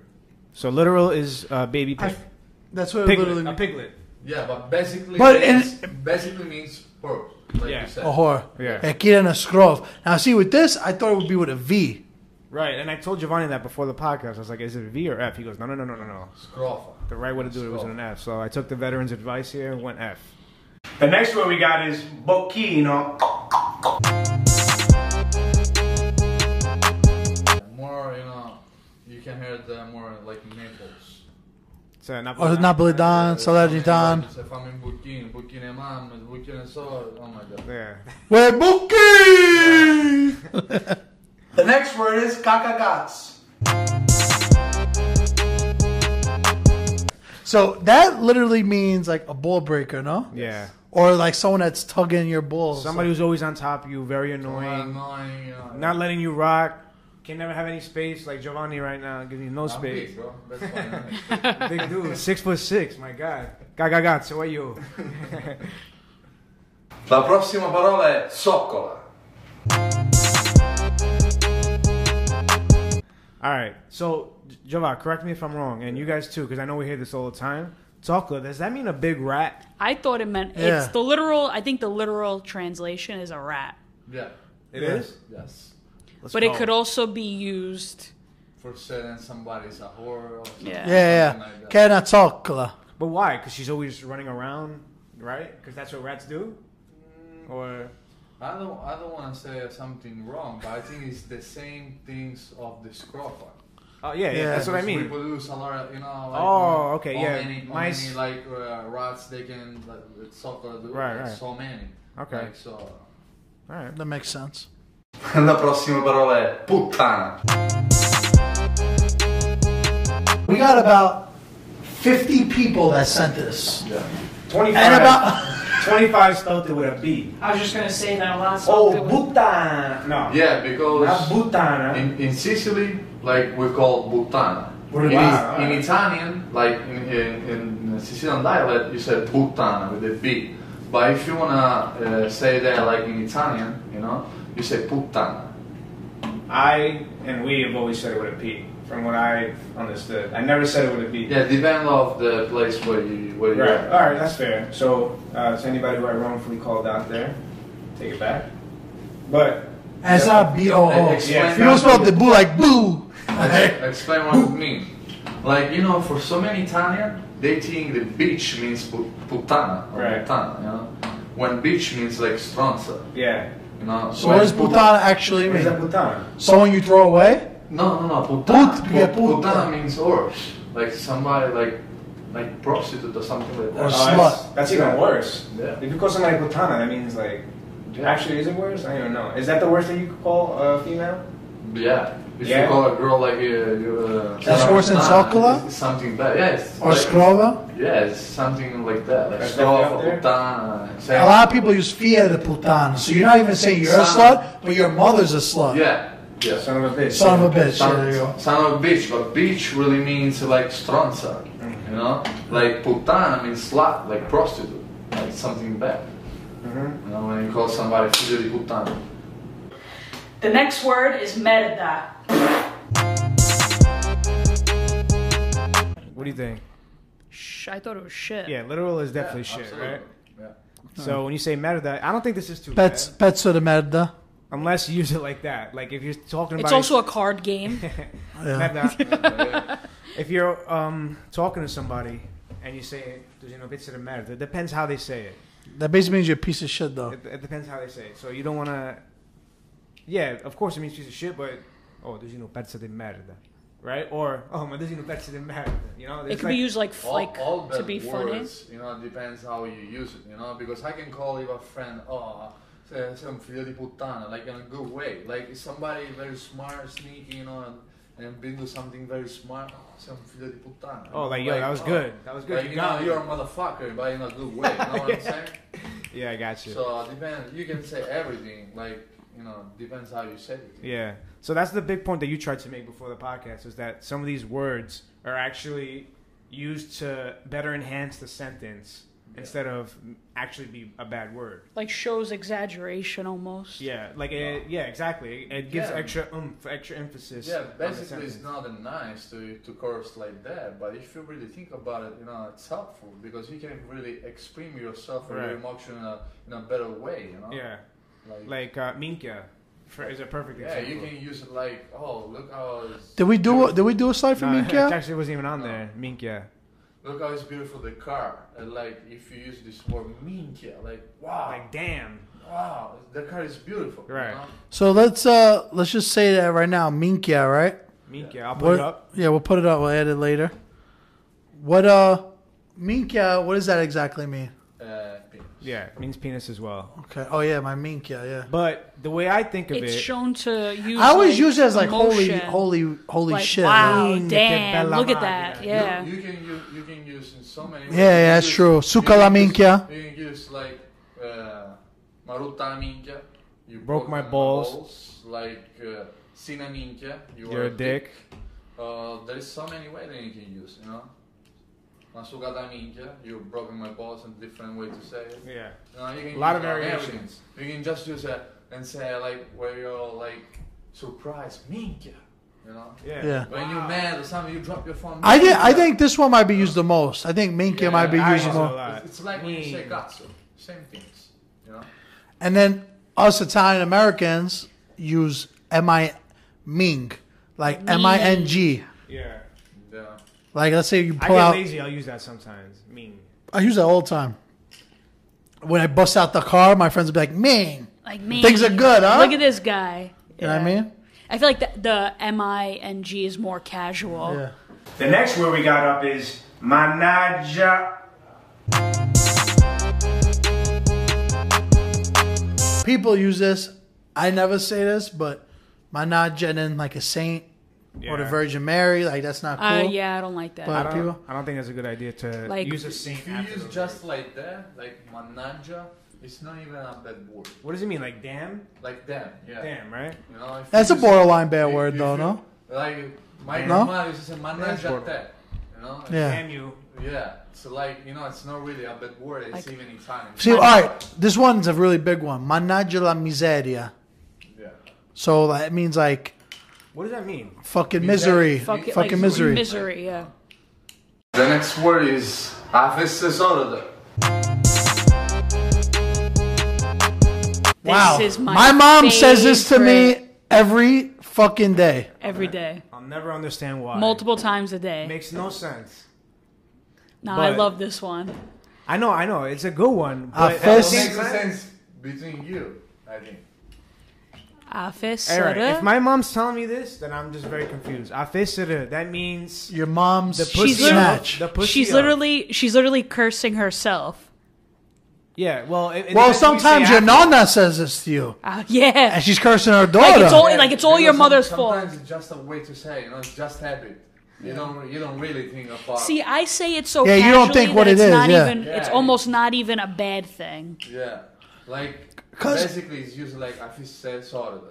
Speaker 2: So literal is uh, baby
Speaker 1: I
Speaker 2: pig.
Speaker 1: f- that's what it
Speaker 2: piglet.
Speaker 1: literally
Speaker 2: A
Speaker 1: means.
Speaker 2: piglet.
Speaker 3: Yeah, but basically,
Speaker 1: But Oh,
Speaker 3: means, basically means herb, like
Speaker 2: Yeah.
Speaker 3: you said.
Speaker 1: A whore.
Speaker 2: Yeah.
Speaker 1: A kid in a scroll. Now, see, with this, I thought it would be with a V.
Speaker 2: Right, and I told Giovanni that before the podcast. I was like, "Is it V or F?" He goes, "No, no, no, no, no, no.
Speaker 3: Scrofa.
Speaker 2: The right way to do it was
Speaker 3: Scrofa.
Speaker 2: an F." So I took the veteran's advice here and went F. The next one we got is bocchino.
Speaker 3: More, you know, you can hear the more like naples.
Speaker 2: So
Speaker 1: Or Napolitan, Saladitan.
Speaker 3: Se fa in bucchini, bucchini e mamma, bucchini e sole. Oh my god.
Speaker 2: Yeah.
Speaker 1: We're booking!
Speaker 3: The next word is kakagats.
Speaker 1: so that literally means like a ball breaker, no?
Speaker 2: Yeah.
Speaker 1: Or like someone that's tugging your balls.
Speaker 2: Somebody who's always on top of you, very annoying,
Speaker 3: Annoying, you know.
Speaker 2: not letting you rock, can never have any space. Like Giovanni right now, giving you no
Speaker 3: I'm
Speaker 2: space.
Speaker 3: big, bro. That's why.
Speaker 2: Big dude, six foot six. My God. Gagagat, so are you?
Speaker 3: La prossima parola è soccola.
Speaker 2: All right. So, Java, correct me if I'm wrong, and you guys too, because I know we hear this all the time. Tokla, does that mean a big rat?
Speaker 5: I thought it meant
Speaker 1: Yeah.
Speaker 5: it's the literal. I think the literal translation is a rat,
Speaker 3: Yeah.
Speaker 2: It
Speaker 1: Yeah.
Speaker 2: is?
Speaker 3: Yes.
Speaker 5: but it could also be used.
Speaker 3: For certain somebody's a whore or something.
Speaker 5: Yeah.
Speaker 1: Yeah, yeah.
Speaker 3: Something like that.
Speaker 1: Can I talk? uh,
Speaker 2: But why? Because she's always running around, right? Because that's what rats do. Or
Speaker 3: I don't, I don't want to say something wrong, but I think it's the same things of the scrofa.
Speaker 2: oh yeah, yeah,
Speaker 1: Yeah.
Speaker 2: that's what I
Speaker 3: Because We
Speaker 2: mean.
Speaker 3: produce a lot of, you know, like,
Speaker 2: Oh,
Speaker 3: uh,
Speaker 2: okay,
Speaker 3: how
Speaker 2: yeah,
Speaker 3: Many, how
Speaker 2: mice-
Speaker 3: many, like, uh, rats they can, like, with soccer do.
Speaker 2: Right,
Speaker 3: like,
Speaker 2: right.
Speaker 3: So many.
Speaker 2: Okay.
Speaker 3: Like, so.
Speaker 2: All right.
Speaker 1: That makes sense.
Speaker 3: La prossima parola è puttana.
Speaker 1: We got about 50 people that sent this.
Speaker 3: Yeah.
Speaker 7: 25,
Speaker 1: And about.
Speaker 7: 25 spelled it with a B.
Speaker 5: I was just gonna say that a lot.
Speaker 7: Oh, Butan. No.
Speaker 3: Yeah,
Speaker 7: Not
Speaker 3: because
Speaker 7: Butana.
Speaker 3: in, in Sicily, like, we call puttana.
Speaker 1: What
Speaker 3: in,
Speaker 1: it
Speaker 7: means.
Speaker 3: in Italian, like in, in, in Sicilian dialect, you say puttana with a B. But if you wanna uh, say that like in Italian, you know, you say puttana.
Speaker 7: I and we have always said it with a P, from what I've understood. I never said it with a B.
Speaker 3: Yeah, depend of the place where you where you
Speaker 7: Right.
Speaker 3: are.
Speaker 7: All right, that's fair. So, uh, to anybody who I wrongfully called out there, take it back. But
Speaker 1: It's not B O O. You
Speaker 3: Explain
Speaker 1: don't spell the boo like boo.
Speaker 3: Ex- Explain what it means. Like you know, for so many Italian, they think the beach means pu- puttana or
Speaker 7: Right.
Speaker 3: puttana. You know, when beach means like stronza.
Speaker 7: yeah,
Speaker 3: You know.
Speaker 1: So
Speaker 3: when
Speaker 1: what does putana actually
Speaker 7: what is that
Speaker 1: mean?
Speaker 7: Butana?
Speaker 1: Someone you throw away?
Speaker 3: No, no, no. Puttana.
Speaker 1: Put-
Speaker 3: pu-
Speaker 1: yeah, put-
Speaker 3: puttana means horse. Like somebody like like prostitute or something like that.
Speaker 1: Or
Speaker 7: Oh, that's,
Speaker 1: slut.
Speaker 7: that's even worse.
Speaker 3: Yeah.
Speaker 7: If you call somebody Butana, that means like. Actually, is it worse? I don't even know. Is that the worst that you could call a female?
Speaker 3: Yeah. If
Speaker 7: Yeah.
Speaker 3: you call a girl like uh, you, uh,
Speaker 1: That's worse than
Speaker 3: puttana,
Speaker 1: zoccola?
Speaker 3: it's- it's Something bad. Yeah. It's
Speaker 1: Or
Speaker 3: like-
Speaker 1: scrova?
Speaker 3: Yeah, it's something like that. Like
Speaker 7: That's definitely
Speaker 3: scrofa,
Speaker 7: up there.
Speaker 3: puttana. say-
Speaker 1: A lot of people use fia de putana. So you're not even saying you're a slut, but your mother's a slut.
Speaker 3: Yeah. Yeah.
Speaker 7: Son of a bitch.
Speaker 1: Son of a bitch. Yeah,
Speaker 3: Son,
Speaker 1: there you go.
Speaker 3: son of a bitch, but bitch really means like stronza, you know? Like puttana means slut, like prostitute, like something bad. You know, when you call somebody figlio di puttana.
Speaker 5: The next word is merda.
Speaker 2: What do you think?
Speaker 5: Sh- I thought it was shit.
Speaker 2: Yeah, literal is definitely shit, right? So when you say merda, I don't think this is too
Speaker 1: Pezz-
Speaker 2: bad,
Speaker 1: Pezzo de merda.
Speaker 2: unless you use it like that. Like if you're talking
Speaker 5: It's
Speaker 2: about
Speaker 5: also a card game.
Speaker 1: Yeah.
Speaker 2: merda,
Speaker 3: Yeah.
Speaker 2: if you're um talking to somebody and you say "Tu sei una pezza di merda," it depends how they say it.
Speaker 1: That basically means you're a piece of shit, though.
Speaker 2: It, it depends how they say it. So you don't want to. Yeah, of course it means piece of shit, but oh, there's no pezzo di merda, right? Or oh, ma there's no pezzo di merda. You know,
Speaker 5: It
Speaker 2: it's
Speaker 5: could
Speaker 2: like-
Speaker 5: be used like f-
Speaker 3: all,
Speaker 5: like
Speaker 3: all
Speaker 5: to
Speaker 3: bad
Speaker 5: be funny.
Speaker 3: words, You know, depends how you use it. You know, because I can call you a friend. Oh, say, say un figlio di puttana, like in a good way. Like it's somebody very smart, sneaky, you know, and, and been do something very smart. Oh, say un figlio di puttana.
Speaker 2: Oh, like, yo, that was good. That was good.
Speaker 3: Like,
Speaker 2: You
Speaker 3: you
Speaker 2: got
Speaker 3: know,
Speaker 2: me.
Speaker 3: you're a motherfucker, but in a good way. You know what I'm saying?
Speaker 2: Yeah, I got you.
Speaker 3: So depends. You can say everything. Like you know, depends how you say it.
Speaker 2: yeah. So that's the big point that you tried to make before the podcast is that some of these words are actually used to better enhance the sentence instead of actually be a bad word.
Speaker 5: Like shows exaggeration almost.
Speaker 2: Yeah, like it, yeah, exactly. It, it gives
Speaker 3: Yeah.
Speaker 2: extra oomph, extra emphasis.
Speaker 3: Yeah,
Speaker 2: on the
Speaker 3: basically it's
Speaker 2: sentence.
Speaker 3: not nice to to curse like that, but if you really think about it, you know, it's helpful because you can really express yourself or
Speaker 2: Right.
Speaker 3: your emotion in a, in a better way, you know?
Speaker 2: Yeah,
Speaker 3: Like,
Speaker 2: like uh, Minka for, is a perfect
Speaker 3: yeah,
Speaker 2: example.
Speaker 3: you can use it like, oh, look how it's,
Speaker 1: Did we do a, did we do a slide for
Speaker 2: No,
Speaker 1: Minka?
Speaker 2: It actually wasn't even on there. Minka.
Speaker 3: look how it's beautiful the car, and like if you use this word minkia, like wow,
Speaker 2: Like damn.
Speaker 3: wow, the car is beautiful, you
Speaker 2: Right.
Speaker 3: know?
Speaker 1: So let's uh let's just say that right now, Minkia, right?
Speaker 2: Minka. I'll put
Speaker 1: What-
Speaker 2: it up.
Speaker 1: Yeah, we'll put it up. We'll add it later. What uh, Minkia? What does that exactly mean?
Speaker 3: Uh, penis.
Speaker 2: Yeah, it means penis as well.
Speaker 1: Okay. Oh yeah, my Minkia. Yeah.
Speaker 2: But the way I think of
Speaker 5: It's
Speaker 2: it,
Speaker 5: shown to use.
Speaker 1: I always
Speaker 5: like,
Speaker 1: use it as like
Speaker 5: emotion.
Speaker 1: holy, holy, holy
Speaker 5: Like,
Speaker 1: shit.
Speaker 5: Wow,
Speaker 1: right?
Speaker 2: Minka
Speaker 5: damn!
Speaker 2: bella
Speaker 5: Look at
Speaker 2: madre.
Speaker 5: that.
Speaker 2: You-
Speaker 5: Yeah.
Speaker 3: You, you can use you can use in so many. ways.
Speaker 1: Yeah, yeah,
Speaker 3: You
Speaker 1: that's
Speaker 3: use-
Speaker 1: true.
Speaker 3: you
Speaker 1: Suka
Speaker 3: can
Speaker 1: la
Speaker 3: use-
Speaker 1: minchia.
Speaker 3: You can use like uh, maruta la minchia. You
Speaker 2: Broke my balls.
Speaker 3: Like uh, sina minchia. You
Speaker 2: You're a dick.
Speaker 3: Uh, there is so many ways that you can use. You know, masugata minchia. You broken my balls in different way to say it.
Speaker 2: Yeah.
Speaker 3: You know, you can
Speaker 2: A lot
Speaker 3: use
Speaker 2: of
Speaker 3: it on
Speaker 2: variations.
Speaker 3: everything. You can just use it and say like where you're like surprised minchia. You know.
Speaker 2: Yeah.
Speaker 1: Yeah.
Speaker 3: When you're mad or something, you drop your phone.
Speaker 1: I think I
Speaker 3: "Minchia."
Speaker 1: think this one might be used the most. I think Minkia
Speaker 3: Yeah,
Speaker 1: might be
Speaker 2: I
Speaker 1: used
Speaker 2: use it a
Speaker 1: more.
Speaker 2: lot.
Speaker 3: It's, it's like when you say
Speaker 2: Mm.
Speaker 3: gatsu, same things, you know.
Speaker 1: And then us Italian Americans use M I Ming, like M I N G.
Speaker 2: Yeah.
Speaker 3: Yeah.
Speaker 1: Like let's say you
Speaker 2: I
Speaker 1: pull
Speaker 2: get
Speaker 1: out.
Speaker 2: lazy. I'll use that sometimes. Mean.
Speaker 1: I use that all the time. When I bust out the car, my friends will be like Ming.
Speaker 5: Like man,
Speaker 1: Things are good, huh?
Speaker 5: Look at this guy.
Speaker 1: You know what I mean?
Speaker 5: I feel like the, the M I N G is more casual.
Speaker 1: Yeah.
Speaker 7: The next word we got up is manaja.
Speaker 1: People use this. I never say this, but my not getting like a saint or the
Speaker 2: Yeah.
Speaker 1: Virgin Mary, like that's not cool.
Speaker 5: Uh, yeah, I don't like that.
Speaker 1: But-
Speaker 2: I don't,
Speaker 1: People-
Speaker 2: I don't think that's a good idea to
Speaker 5: Like-
Speaker 2: use a saint.
Speaker 3: If you
Speaker 2: after
Speaker 3: use
Speaker 2: the
Speaker 3: just
Speaker 2: word.
Speaker 3: like that, like manaja, it's not even a bad word.
Speaker 2: What does it mean? Like damn?
Speaker 3: Like damn, yeah.
Speaker 2: Damn, right?
Speaker 3: You know, if
Speaker 1: That's
Speaker 3: you
Speaker 1: a
Speaker 3: use-
Speaker 1: borderline bad
Speaker 3: if-
Speaker 1: word,
Speaker 3: if
Speaker 1: though,
Speaker 3: you-
Speaker 1: no?
Speaker 3: Like my
Speaker 1: No?
Speaker 3: grandma used to say manaja
Speaker 2: borderline.
Speaker 3: te, you know.
Speaker 1: Yeah.
Speaker 2: Damn you.
Speaker 3: Yeah. So like you know, it's not really a bad word. It's
Speaker 5: Like-
Speaker 3: even in Italian.
Speaker 1: See, all right, this one's a really big one. Managgia la miseria.
Speaker 3: Yeah.
Speaker 1: So that means like
Speaker 2: What does that mean?
Speaker 1: fucking misery,
Speaker 5: Fuck it,
Speaker 1: fucking
Speaker 5: like,
Speaker 1: misery.
Speaker 5: Misery, yeah.
Speaker 3: The next word is afestesordo.
Speaker 1: wow,
Speaker 5: This is my,
Speaker 1: mom says this to
Speaker 5: favorite
Speaker 1: me every fucking day.
Speaker 5: every day,
Speaker 2: I'll never understand why.
Speaker 5: multiple times a day.
Speaker 2: Makes no sense.
Speaker 5: Now I
Speaker 2: but-
Speaker 5: love this one.
Speaker 2: I know, I know. It's a good one.
Speaker 1: Ah,
Speaker 2: But at the
Speaker 1: first-
Speaker 2: same
Speaker 3: Makes
Speaker 2: time-
Speaker 3: sense between you, I think.
Speaker 5: Afis.
Speaker 2: All right. If my mom's telling me this, then I'm just very confused. Afisera. That means
Speaker 1: Your mom's
Speaker 2: the pussy
Speaker 5: She's
Speaker 2: up,
Speaker 1: snatch.
Speaker 2: The pussy
Speaker 5: she's
Speaker 2: up.
Speaker 5: literally she's literally cursing herself.
Speaker 2: Yeah. Well. It,
Speaker 1: well,
Speaker 2: it depends what we
Speaker 1: sometimes
Speaker 2: say
Speaker 1: your
Speaker 2: after.
Speaker 1: nonna says this to you,
Speaker 5: Uh, yeah.
Speaker 1: and she's cursing her daughter.
Speaker 5: Like it's all like it's all your
Speaker 3: Because
Speaker 5: mother's
Speaker 3: some-
Speaker 5: fault.
Speaker 3: Sometimes it's just a way to say, you know, it's just habit. You don't, you don't really think about.
Speaker 5: See, I say it so
Speaker 1: Yeah, you don't
Speaker 5: casually
Speaker 1: think what
Speaker 5: that
Speaker 1: it
Speaker 5: it's
Speaker 1: is,
Speaker 5: Not
Speaker 1: yeah.
Speaker 5: even, It's
Speaker 3: Yeah.
Speaker 5: almost not even a bad thing.
Speaker 3: yeah, like
Speaker 1: 'Cause-
Speaker 3: basically it's used like afissesorda,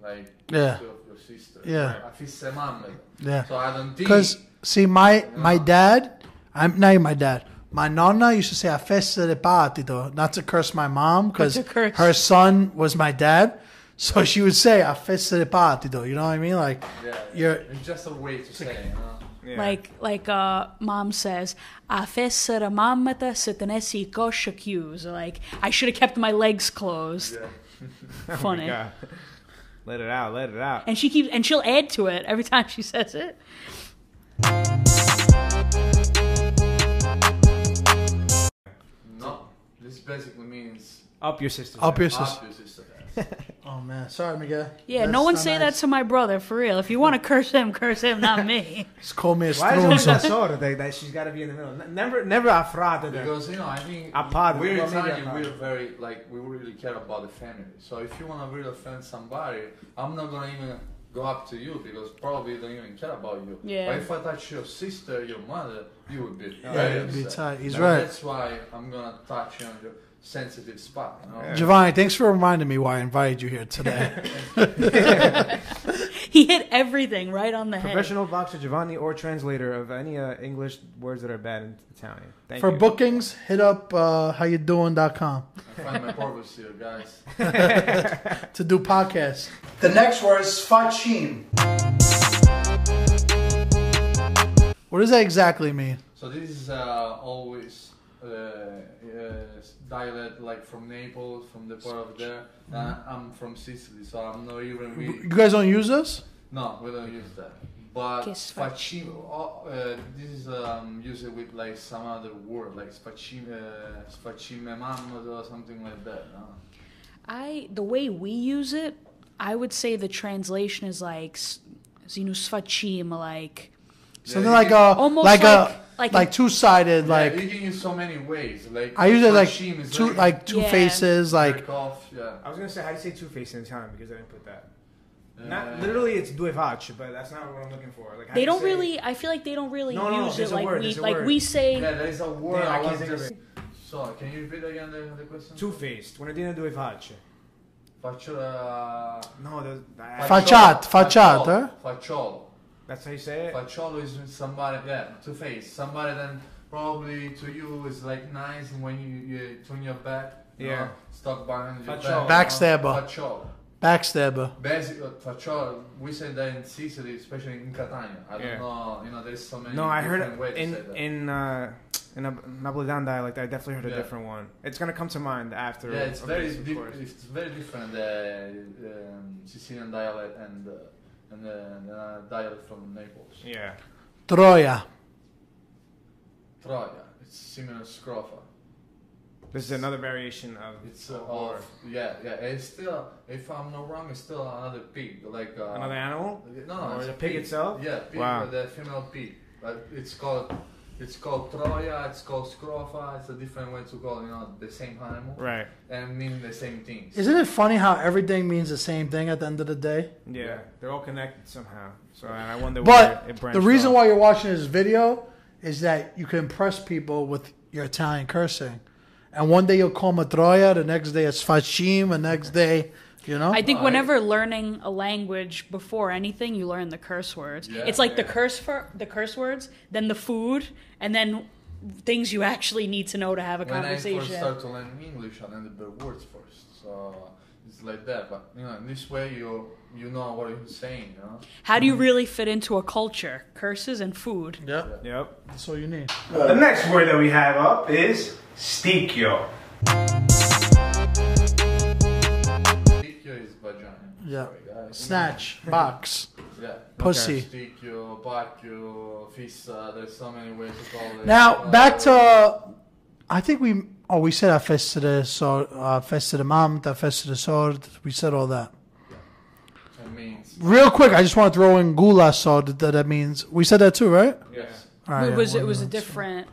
Speaker 3: like
Speaker 1: Yeah.
Speaker 3: to your sister.
Speaker 1: Yeah.
Speaker 3: Afissemamma.
Speaker 1: Yeah.
Speaker 3: So I don't think.
Speaker 1: Because see, my my dad, I'm not even my dad. My nonna used to say "affesse partito," not to curse my mom because
Speaker 5: to curse.
Speaker 1: her son was my dad. So she would say "affesse partito." You know what I mean? Like,
Speaker 3: Yeah,
Speaker 1: you're
Speaker 3: it's just a way to say. You know?
Speaker 2: Yeah.
Speaker 5: Like like uh, mom says, "Afessera mamata sitenesi kosha cues." Like I should have kept my legs closed. Funny.
Speaker 2: Oh God. Let it out. Let it out.
Speaker 5: and she keeps and she'll add to it every time she says it.
Speaker 3: No, this basically means
Speaker 2: Up your sister.
Speaker 1: up your
Speaker 3: up
Speaker 1: sister.
Speaker 3: your sister.
Speaker 1: Oh man, sorry, Miguel.
Speaker 5: Yeah,
Speaker 1: That's
Speaker 5: no one
Speaker 1: not
Speaker 5: say
Speaker 1: nice.
Speaker 5: that to my brother for real. If you want to curse him, curse him, not me.
Speaker 1: Just call me a
Speaker 2: Why is it
Speaker 1: strunzo.
Speaker 2: that, that, that she's got to be in the middle? N- Never, never afrata. that.
Speaker 3: Because you know, I think
Speaker 2: A part-
Speaker 3: we're
Speaker 2: well, maybe a
Speaker 3: Italian.
Speaker 2: part.
Speaker 3: We're very like we really care about the family. So if you want to really offend somebody, I'm not gonna even go up to you because probably they don't even care about you.
Speaker 5: Yeah.
Speaker 3: But if I touch your sister, your mother, you would be. Yeah,
Speaker 1: you'd be tight. He's right.
Speaker 3: That's why I'm gonna touch you on your sensitive spot. You know?
Speaker 1: Giovanni, thanks for reminding me why I invited you here today.
Speaker 5: He He hit everything right on the head.
Speaker 2: Professional boxer Giovanni or translator of any uh, English words that are bad in Italian. Thank
Speaker 1: For
Speaker 2: you.
Speaker 1: bookings, hit up uh, howyouddoing.com
Speaker 3: I find my purpose here, guys.
Speaker 1: to do podcasts. The next word is facin. What does that exactly mean?
Speaker 3: So this is uh, always uh, uh, dialect like from Naples, from the part of there. And I'm from Sicily, so I'm not even
Speaker 1: You
Speaker 3: really.
Speaker 1: guys don't use this?
Speaker 3: No, we don't use that. But
Speaker 5: Che
Speaker 3: spacimo, uh, this is um, use it with like some other word, like spacime, uh, spacime mamma or something like that. No?
Speaker 5: I the way we use it, I would say the translation is like s- you know sfacim like
Speaker 1: Something
Speaker 3: you
Speaker 1: like
Speaker 3: can-
Speaker 1: a
Speaker 5: Almost
Speaker 1: like, a
Speaker 5: like-
Speaker 1: like,
Speaker 5: like a-
Speaker 1: two sided
Speaker 3: Yeah,
Speaker 1: like
Speaker 3: you can use so many ways. Like
Speaker 1: I use it like
Speaker 3: spacime is
Speaker 1: two like two
Speaker 5: Yeah.
Speaker 1: faces like
Speaker 3: jerk off, yeah.
Speaker 2: I was gonna say how do you say two face in Italian because I didn't put that.
Speaker 3: Uh,
Speaker 2: Not literally, it's due facce, but that's not what I'm looking for. Like how do
Speaker 5: they
Speaker 2: you
Speaker 5: don't
Speaker 2: say-
Speaker 5: really. I feel like they don't really
Speaker 2: No, no, no,
Speaker 5: use
Speaker 2: there's
Speaker 5: it
Speaker 2: a
Speaker 5: like
Speaker 2: word,
Speaker 5: we
Speaker 2: there's a
Speaker 5: like
Speaker 2: word.
Speaker 5: we say.
Speaker 3: Yeah, there is a word
Speaker 2: Damn, I
Speaker 3: I,
Speaker 2: can't
Speaker 3: was
Speaker 2: think of
Speaker 3: just.
Speaker 2: it.
Speaker 3: So, can you repeat again the, the question?
Speaker 2: Two faced. When I didn't do it facce.
Speaker 3: Faccio, uh,
Speaker 2: No, the, I,
Speaker 1: Fac- Facciat, facciat,
Speaker 3: facciolo, Facciolo.
Speaker 2: that's how you say it.
Speaker 3: Facciolo is with somebody, yeah, two face. Somebody then probably to you is like nice and when you, you turn your back, you
Speaker 2: Yeah.
Speaker 3: know, stuck behind your
Speaker 2: Facciolo.
Speaker 3: back.
Speaker 1: Backstabber.
Speaker 3: Facciolo.
Speaker 1: backstabber.
Speaker 3: Basically, facciolo, uh, we say that in Sicily, especially in Catania. I don't
Speaker 2: Yeah.
Speaker 3: know, you know, there's so many
Speaker 2: No, I heard
Speaker 3: different ways
Speaker 2: it in
Speaker 3: to say that.
Speaker 2: in uh, in a Napolitan dialect. I definitely heard a
Speaker 3: Yeah.
Speaker 2: different one. It's gonna come to mind after.
Speaker 3: Yeah, it's
Speaker 2: of
Speaker 3: very
Speaker 2: this, of
Speaker 3: di-
Speaker 2: course.
Speaker 3: it's very different uh, um, Sicilian dialect and uh, and uh, uh, dialect from Naples.
Speaker 2: Yeah,
Speaker 1: Troya.
Speaker 3: Troia, it's similar to Scrofa.
Speaker 2: this is another variation of.
Speaker 3: It's uh,
Speaker 2: or
Speaker 3: of, yeah yeah. It's still if I'm not wrong, it's still another pig like uh,
Speaker 2: another animal.
Speaker 3: No, no,
Speaker 2: Or
Speaker 3: it's
Speaker 2: the
Speaker 3: a
Speaker 2: pig itself?
Speaker 3: Yeah, pig,
Speaker 2: Wow.
Speaker 3: but the female pig. But it's called it's called Troia. It's called Scrofa. It's a different way to call you know the same animal
Speaker 2: Right.
Speaker 3: and mean the same things.
Speaker 1: Isn't it funny how everything means the same thing at the end of the day?
Speaker 2: Yeah,
Speaker 3: Yeah.
Speaker 2: they're all connected somehow. So and I wonder.
Speaker 1: But
Speaker 2: where it
Speaker 1: the
Speaker 2: branched
Speaker 1: reason
Speaker 2: off.
Speaker 1: why you're watching this video is that you can impress people with your Italian cursing. And one day you'll call Matroya, the next day it's Fashim, the next day, you know?
Speaker 5: I think
Speaker 3: I-
Speaker 5: whenever learning a language before anything, you learn the curse words.
Speaker 3: Yeah,
Speaker 5: it's like the
Speaker 3: yeah.
Speaker 5: curse for the curse words, then the food, and then things you actually need to know to have a
Speaker 3: when I first
Speaker 5: conversation.
Speaker 3: started to learn English, I learned the words first, so it's like that. But you know, in this way, you you know what you're saying. You know?
Speaker 5: How do you really fit into a culture? Curses and food.
Speaker 1: yeah,
Speaker 2: Yep.
Speaker 1: that's all you need.
Speaker 2: The next word that we have up is sticchio.
Speaker 3: Stikio is vagina.
Speaker 1: Yeah.
Speaker 3: Sorry, guys.
Speaker 1: Snatch, box,
Speaker 3: Yeah.
Speaker 1: pussy.
Speaker 3: Stikio, bakio, fissa. uh, There's so many ways to call it.
Speaker 1: Now,
Speaker 3: Uh,
Speaker 1: back to, I think we, oh, we said festa de sor, uh, festa de mamta, festa de sord, we said all that.
Speaker 3: It means
Speaker 1: Real quick, I just want to throw in gula sord, that, that means, we said that too, right?
Speaker 3: yes.
Speaker 1: All right,
Speaker 5: it was
Speaker 1: yeah,
Speaker 5: it was a
Speaker 1: one minute.
Speaker 5: different.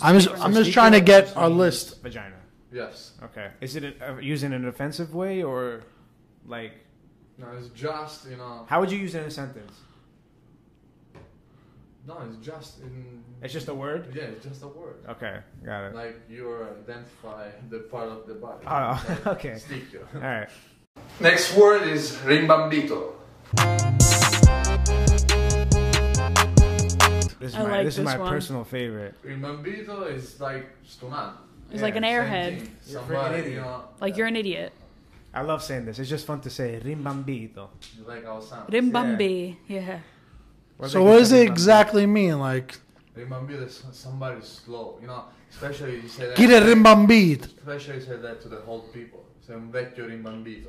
Speaker 1: I'm just, I'm just trying to get our list.
Speaker 2: Vagina.
Speaker 3: Yes.
Speaker 2: Okay. Is it uh, used in an offensive way or like
Speaker 3: No, it's just you know.
Speaker 2: how would you use it in a sentence?
Speaker 3: No, it's just in.
Speaker 2: It's just a word.
Speaker 3: Yeah, it's just a word.
Speaker 2: Okay, got it.
Speaker 3: Like you identify the part of the body.
Speaker 2: Oh, okay.
Speaker 3: Stikio.
Speaker 2: All right.
Speaker 3: Next word is rimbambito.
Speaker 2: This is
Speaker 5: I
Speaker 2: my
Speaker 5: like
Speaker 2: this, is
Speaker 5: this
Speaker 2: my
Speaker 5: one.
Speaker 2: personal favorite.
Speaker 3: Rimbambito is like stunato.
Speaker 5: It's like an
Speaker 2: Yeah,
Speaker 5: airhead.
Speaker 2: You're a freaking
Speaker 3: Somebody, you
Speaker 2: idiot.
Speaker 3: know,
Speaker 5: Like you're an idiot.
Speaker 2: I love saying this. It's just fun to say rimbambito.
Speaker 3: you like our sound.
Speaker 5: Rimbambi. Yeah.
Speaker 2: What
Speaker 1: So
Speaker 2: if I
Speaker 1: what
Speaker 2: can
Speaker 1: does
Speaker 2: say
Speaker 1: it
Speaker 2: rimbambito?
Speaker 1: exactly mean? Like,
Speaker 3: Rimbambito is somebody slow, you know. Especially you say that.
Speaker 1: get a rimbambit.
Speaker 3: Especially you say that to the old people. Say un vecchio rimbambito,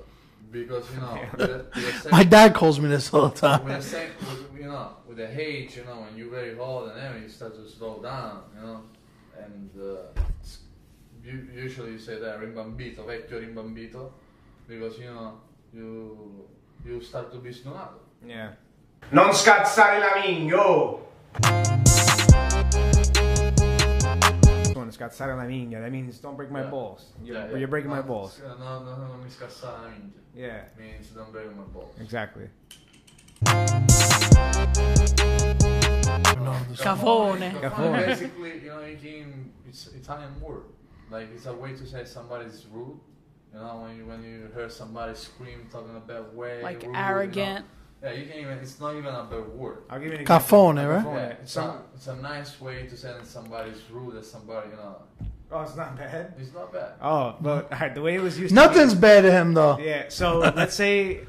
Speaker 3: because you know. with the, with the
Speaker 1: My
Speaker 3: same,
Speaker 1: dad calls me this all the time.
Speaker 3: with the same, with, you know, with the age, you know, when you're very old and everything, you start to slow down, you know, and uh, it's- you, usually you say that rimbambito, vecchio rimbambito, because you know you you start to be snonato.
Speaker 2: Yeah.
Speaker 8: Non scazzare l'amigno.
Speaker 2: This one, it's got sara la minga. That means don't break my
Speaker 3: Yeah.
Speaker 2: balls. You're,
Speaker 3: Yeah, yeah.
Speaker 2: you're breaking my
Speaker 3: No,
Speaker 2: balls.
Speaker 3: No, no, no, no, mi scassare la minchia.
Speaker 2: Yeah.
Speaker 3: Means don't break my balls.
Speaker 2: Exactly.
Speaker 5: Cavone.
Speaker 3: Cafone. Basically, you know, in game, it's Italian word. Like it's a way to say somebody's rude. You know, when you when you hear somebody scream talking about way
Speaker 5: Like
Speaker 3: ooh, you know.
Speaker 5: arrogant.
Speaker 3: Yeah, you can't even. It's not even a bad word.
Speaker 2: I'll give you an example.
Speaker 1: Cafone, right?
Speaker 3: Yeah,
Speaker 2: Right.
Speaker 3: it's,
Speaker 2: Some-
Speaker 3: a, it's a nice way to send somebody's rude at somebody, you know.
Speaker 2: Oh, it's not bad.
Speaker 3: It's not bad.
Speaker 2: Oh, but all right, the way it was used.
Speaker 1: Nothing's bad to him
Speaker 2: To
Speaker 1: though.
Speaker 2: be, yeah. So let's say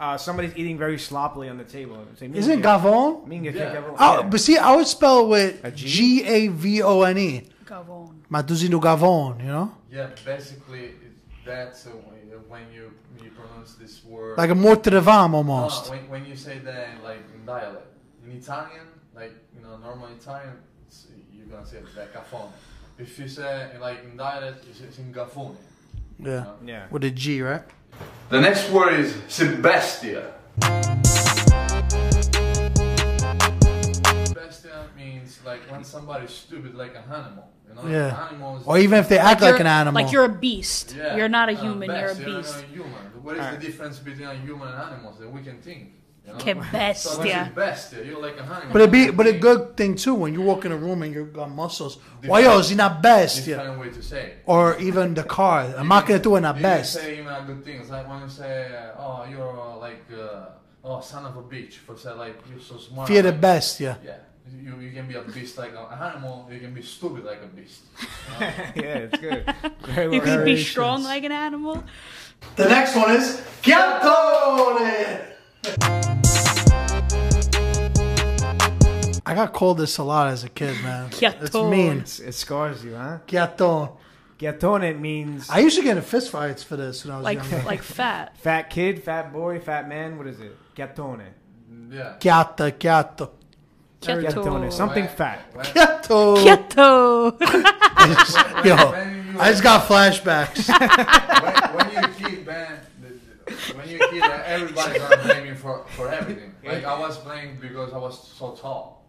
Speaker 2: uh, somebody's eating very sloppily on the table. Say, "Me
Speaker 1: Isn't
Speaker 2: and you-
Speaker 1: Gavone?
Speaker 2: Me and you
Speaker 3: Yeah.
Speaker 2: kick everyone."
Speaker 1: Oh,
Speaker 2: Yeah.
Speaker 1: but see, I would spell it
Speaker 2: A
Speaker 1: with
Speaker 2: G?
Speaker 1: G A V O N E.
Speaker 5: Gavone.
Speaker 1: Matuzino Gavone, you know,
Speaker 3: Yeah, basically, it- that's a way, when you you pronounce this word.
Speaker 1: like a morte de vam
Speaker 3: No,
Speaker 1: almost.
Speaker 3: Oh, when, when you say that in, like in dialect, in Italian, like you know normal Italian, it's, you're gonna say like cafone. If you say like in dialect, it's, it's in gafone.
Speaker 1: Yeah,
Speaker 2: Yeah.
Speaker 1: with a G, right?
Speaker 3: The next word is Sebastia. Sebastia means like when somebody's stupid, like an animal. You know,
Speaker 1: Yeah.
Speaker 3: animals.
Speaker 1: Or even if they act like,
Speaker 5: You're-
Speaker 1: an animal.
Speaker 5: Like you're a beast.
Speaker 3: Yeah,
Speaker 5: You're not a
Speaker 3: uh,
Speaker 5: human. You're a
Speaker 3: bestia, you're
Speaker 5: beast.
Speaker 3: not a human. What is
Speaker 2: Alright.
Speaker 3: the difference between a human and animals that we can think? You know?
Speaker 5: Que
Speaker 3: So when
Speaker 5: bestia.
Speaker 3: you're bestia, you're like an animal.
Speaker 1: but it be,
Speaker 3: You
Speaker 1: but a
Speaker 3: think.
Speaker 1: good thing too when you walk in a room and you got muscles. Why yo, is he not best?
Speaker 3: Different
Speaker 1: Yeah.
Speaker 3: way to say. it.
Speaker 1: Or even the car, a macchina tu è not
Speaker 3: You
Speaker 1: best.
Speaker 3: can say even a good things like when you say, uh, "Oh, you're uh, like, uh, oh, son of a bitch," for say like you're so smart.
Speaker 1: Fear the
Speaker 3: like-
Speaker 1: best, yeah.
Speaker 3: Yeah, you, you can be a beast like an animal. You can be stupid like a beast.
Speaker 2: yeah, it's good. Very well
Speaker 5: You could
Speaker 2: done.
Speaker 5: be strong like an animal.
Speaker 1: The next one is Chiantone. I got called this a lot as a kid, man. It's
Speaker 5: Chiantone.
Speaker 1: mean.
Speaker 2: It's- it scars you, huh?
Speaker 1: Chiantone.
Speaker 2: Gattone means
Speaker 1: I used to get in fistfights for this when I was
Speaker 5: Like
Speaker 1: younger.
Speaker 5: like fat.
Speaker 2: fat kid, fat boy, fat man. What is it? Gattone.
Speaker 3: Yeah.
Speaker 1: Chiatta, chiatto.
Speaker 2: Gattone.
Speaker 5: Keto.
Speaker 2: Something
Speaker 3: When-
Speaker 2: fat.
Speaker 3: when-
Speaker 1: Chiatto.
Speaker 5: Keto.
Speaker 1: Yo,
Speaker 3: when you-
Speaker 1: I just got flashbacks.
Speaker 3: when, when you're a kid, man, the- the- when you're a kid, uh, everybody's gonna blame you for, for everything. Like I was blamed because I was so tall.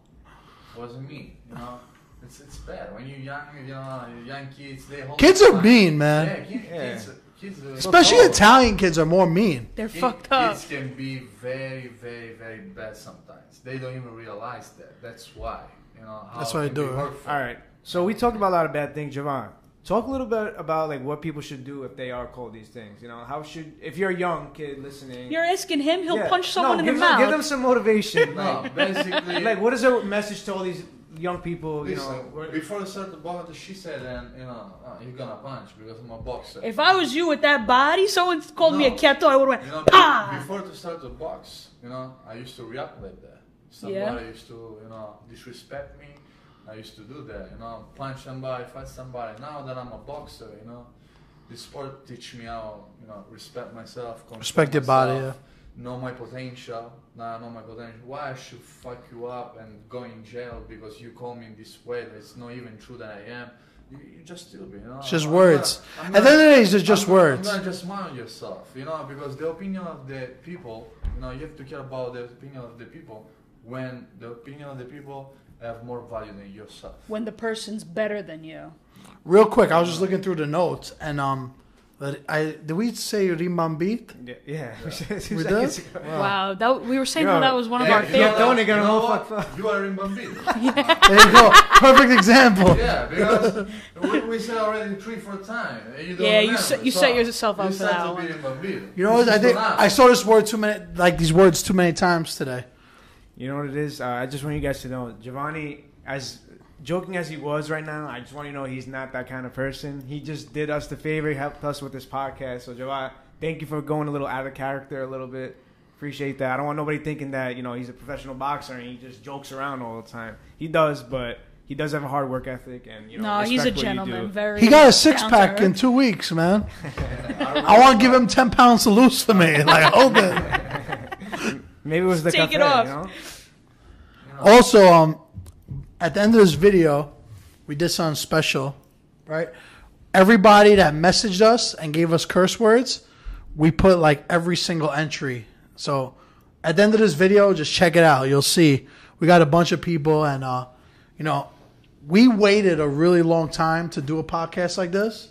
Speaker 3: It wasn't me, you know. It's it's bad when you're young, you know, young kids. They hold
Speaker 1: Kids
Speaker 3: the
Speaker 1: are
Speaker 3: line.
Speaker 1: mean, man.
Speaker 3: Yeah, kid, kids, kids. Are
Speaker 1: Especially
Speaker 3: so
Speaker 1: Italian kids are more mean.
Speaker 5: They're
Speaker 3: Kid-
Speaker 5: fucked up.
Speaker 3: Kids can be very, very, very bad sometimes. They don't even realize that. That's why, you know. How
Speaker 1: That's why
Speaker 3: it
Speaker 1: I
Speaker 3: can
Speaker 1: do
Speaker 3: be
Speaker 1: it.
Speaker 3: hurtful.
Speaker 2: All right. So we talked about a lot of bad things, Javon. Talk a little bit about like what people should do if they are called these things. You know, how should if you're a young kid listening?
Speaker 5: You're asking him, he'll
Speaker 2: Yeah.
Speaker 5: punch someone
Speaker 2: No,
Speaker 5: in the
Speaker 2: give them-
Speaker 5: mouth.
Speaker 2: Give them some motivation.
Speaker 3: No,
Speaker 2: Like,
Speaker 3: basically,
Speaker 2: like what is a message to all these young people? You
Speaker 3: Listen,
Speaker 2: know, we're-
Speaker 3: before I start the box, she said, and you know, uh, you're gonna punch because I'm a boxer.
Speaker 5: if I was you with that body, someone called me a
Speaker 3: No.
Speaker 5: keto, I would have
Speaker 3: you
Speaker 5: went,
Speaker 3: know,
Speaker 5: "Ah!" "Pah!"
Speaker 3: be- before to start the box, you know, I used to react like that. Somebody used to, you know, disrespect me. I used to do that, you know, punch somebody, fight somebody. Now that I'm a boxer, you know, this sport teach me how, you know, respect myself, control
Speaker 1: Respect your body,
Speaker 3: myself, know my potential. Now I know my potential. Why I should fuck you up and go in jail because you call me this way? That's not even true that I am. You, you just do me, you know.
Speaker 1: It's just
Speaker 3: I'm
Speaker 1: words.
Speaker 3: not- I'm
Speaker 1: At the
Speaker 3: not-
Speaker 1: end of the day, it's just
Speaker 3: I'm not-
Speaker 1: words.
Speaker 3: I'm not just mind yourself, you know, because the opinion of the people, you know, you have to care about the opinion of the people when the opinion of the people have more value than yourself.
Speaker 5: when the person's better than you.
Speaker 1: Real quick, I was just looking through the notes and um, but I did we say rimambit?
Speaker 2: yeah, yeah.
Speaker 1: We
Speaker 2: Two
Speaker 1: did.
Speaker 2: seconds ago.
Speaker 5: Wow, that we were saying
Speaker 2: Yo,
Speaker 5: that, that was one of
Speaker 3: Yeah,
Speaker 5: our
Speaker 3: you
Speaker 2: yeah,
Speaker 5: favorite.
Speaker 3: know
Speaker 2: don't
Speaker 3: what?
Speaker 2: get
Speaker 3: You know
Speaker 2: all
Speaker 3: what?
Speaker 2: fucked
Speaker 3: You are in Bambi.
Speaker 1: There you go. Perfect example.
Speaker 3: yeah, because we, we said already three, four times. You don't
Speaker 5: Yeah, you
Speaker 3: remember,
Speaker 5: set- you
Speaker 3: so
Speaker 5: set yourself up
Speaker 3: you
Speaker 5: for
Speaker 3: start
Speaker 5: that
Speaker 3: to
Speaker 5: one.
Speaker 3: Be in Bambi.
Speaker 1: You know, what? I think I saw this word too many, like these words too many times today.
Speaker 2: You know what it is? Uh, I just want you guys to know, Giovanni, as joking as he was right now, I just want you to know he's not that kind of person. He just did us the favor, he helped us with this podcast. So, Giovanni, thank you for going a little out of character a little bit. Appreciate that. I don't want nobody thinking that you know he's a professional boxer and he just jokes around all the time. He does, but he does have a hard work ethic and you know.
Speaker 5: No, he's a
Speaker 2: respect what you do.
Speaker 5: gentleman. Very.
Speaker 1: He got a six
Speaker 5: down
Speaker 1: pack
Speaker 5: to
Speaker 1: in
Speaker 5: earth.
Speaker 1: two weeks, man. I want to give him ten pounds to lose for me. Like, hold it.
Speaker 2: Maybe it was the
Speaker 5: Take
Speaker 2: cafe,
Speaker 5: it off.
Speaker 2: You know?
Speaker 1: Also, um, at the end of this video, we did something special, right? Everybody that messaged us and gave us curse words, we put like every single entry. So, at the end of this video, just check it out. You'll see we got a bunch of people, and uh, you know, we waited a really long time to do a podcast like this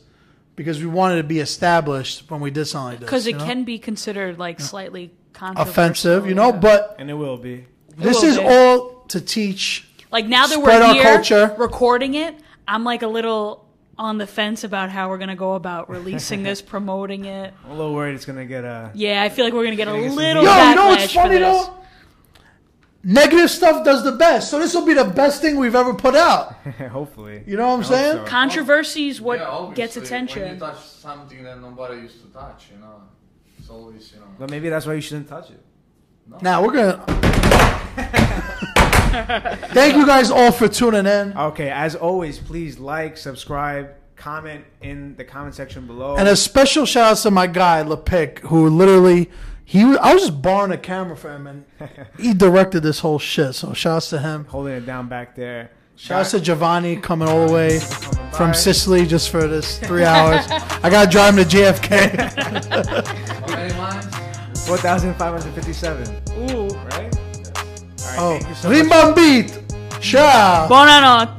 Speaker 1: because we wanted to be established when we did something like this.
Speaker 5: because it
Speaker 1: you know?
Speaker 5: can be considered like slightly controversial.
Speaker 1: offensive, you know, but
Speaker 2: And it will be.
Speaker 1: This
Speaker 5: little
Speaker 1: is
Speaker 5: bit.
Speaker 1: all to teach.
Speaker 5: like now that
Speaker 1: spread
Speaker 5: we're
Speaker 1: our
Speaker 5: here
Speaker 1: culture.
Speaker 5: recording it, I'm like a little on the fence about how we're gonna go about releasing this, promoting it.
Speaker 2: I'm a little worried it's gonna get uh
Speaker 5: Yeah, I feel like we're gonna get a
Speaker 2: Gonna get some
Speaker 5: little
Speaker 2: heat.
Speaker 1: Yo,
Speaker 5: backlash
Speaker 1: you know what's
Speaker 5: for
Speaker 1: funny
Speaker 5: this.
Speaker 1: though? Negative stuff does the best, so this will be the best thing we've ever put out.
Speaker 2: hopefully.
Speaker 1: You know what I'm
Speaker 2: I hope
Speaker 1: saying?
Speaker 2: so.
Speaker 5: Controversy is what
Speaker 3: Yeah, obviously,
Speaker 5: gets
Speaker 3: When
Speaker 5: attention.
Speaker 3: you touch something that nobody used to touch, you know, it's always, you know.
Speaker 2: But maybe that's why you shouldn't touch it.
Speaker 1: Now we're gonna. Thank you guys all for tuning in.
Speaker 2: Okay, as always, please like, subscribe, comment in the comment section below.
Speaker 1: And a special shout out to my guy LePic, who literally he was- I was just borrowing a camera from him, and he directed this whole shit. So shout out to him.
Speaker 2: holding it down back there.
Speaker 1: Shout out to Giovanni coming all the way
Speaker 2: by.
Speaker 1: from Sicily just for this three hours. I gotta drive him to JFK.
Speaker 3: How many lines?
Speaker 2: 4,557,
Speaker 5: Ooh.
Speaker 2: right? All right,
Speaker 1: Oh,
Speaker 2: thank you so much.
Speaker 1: Rimbambit, ciao.
Speaker 5: Buonanotte.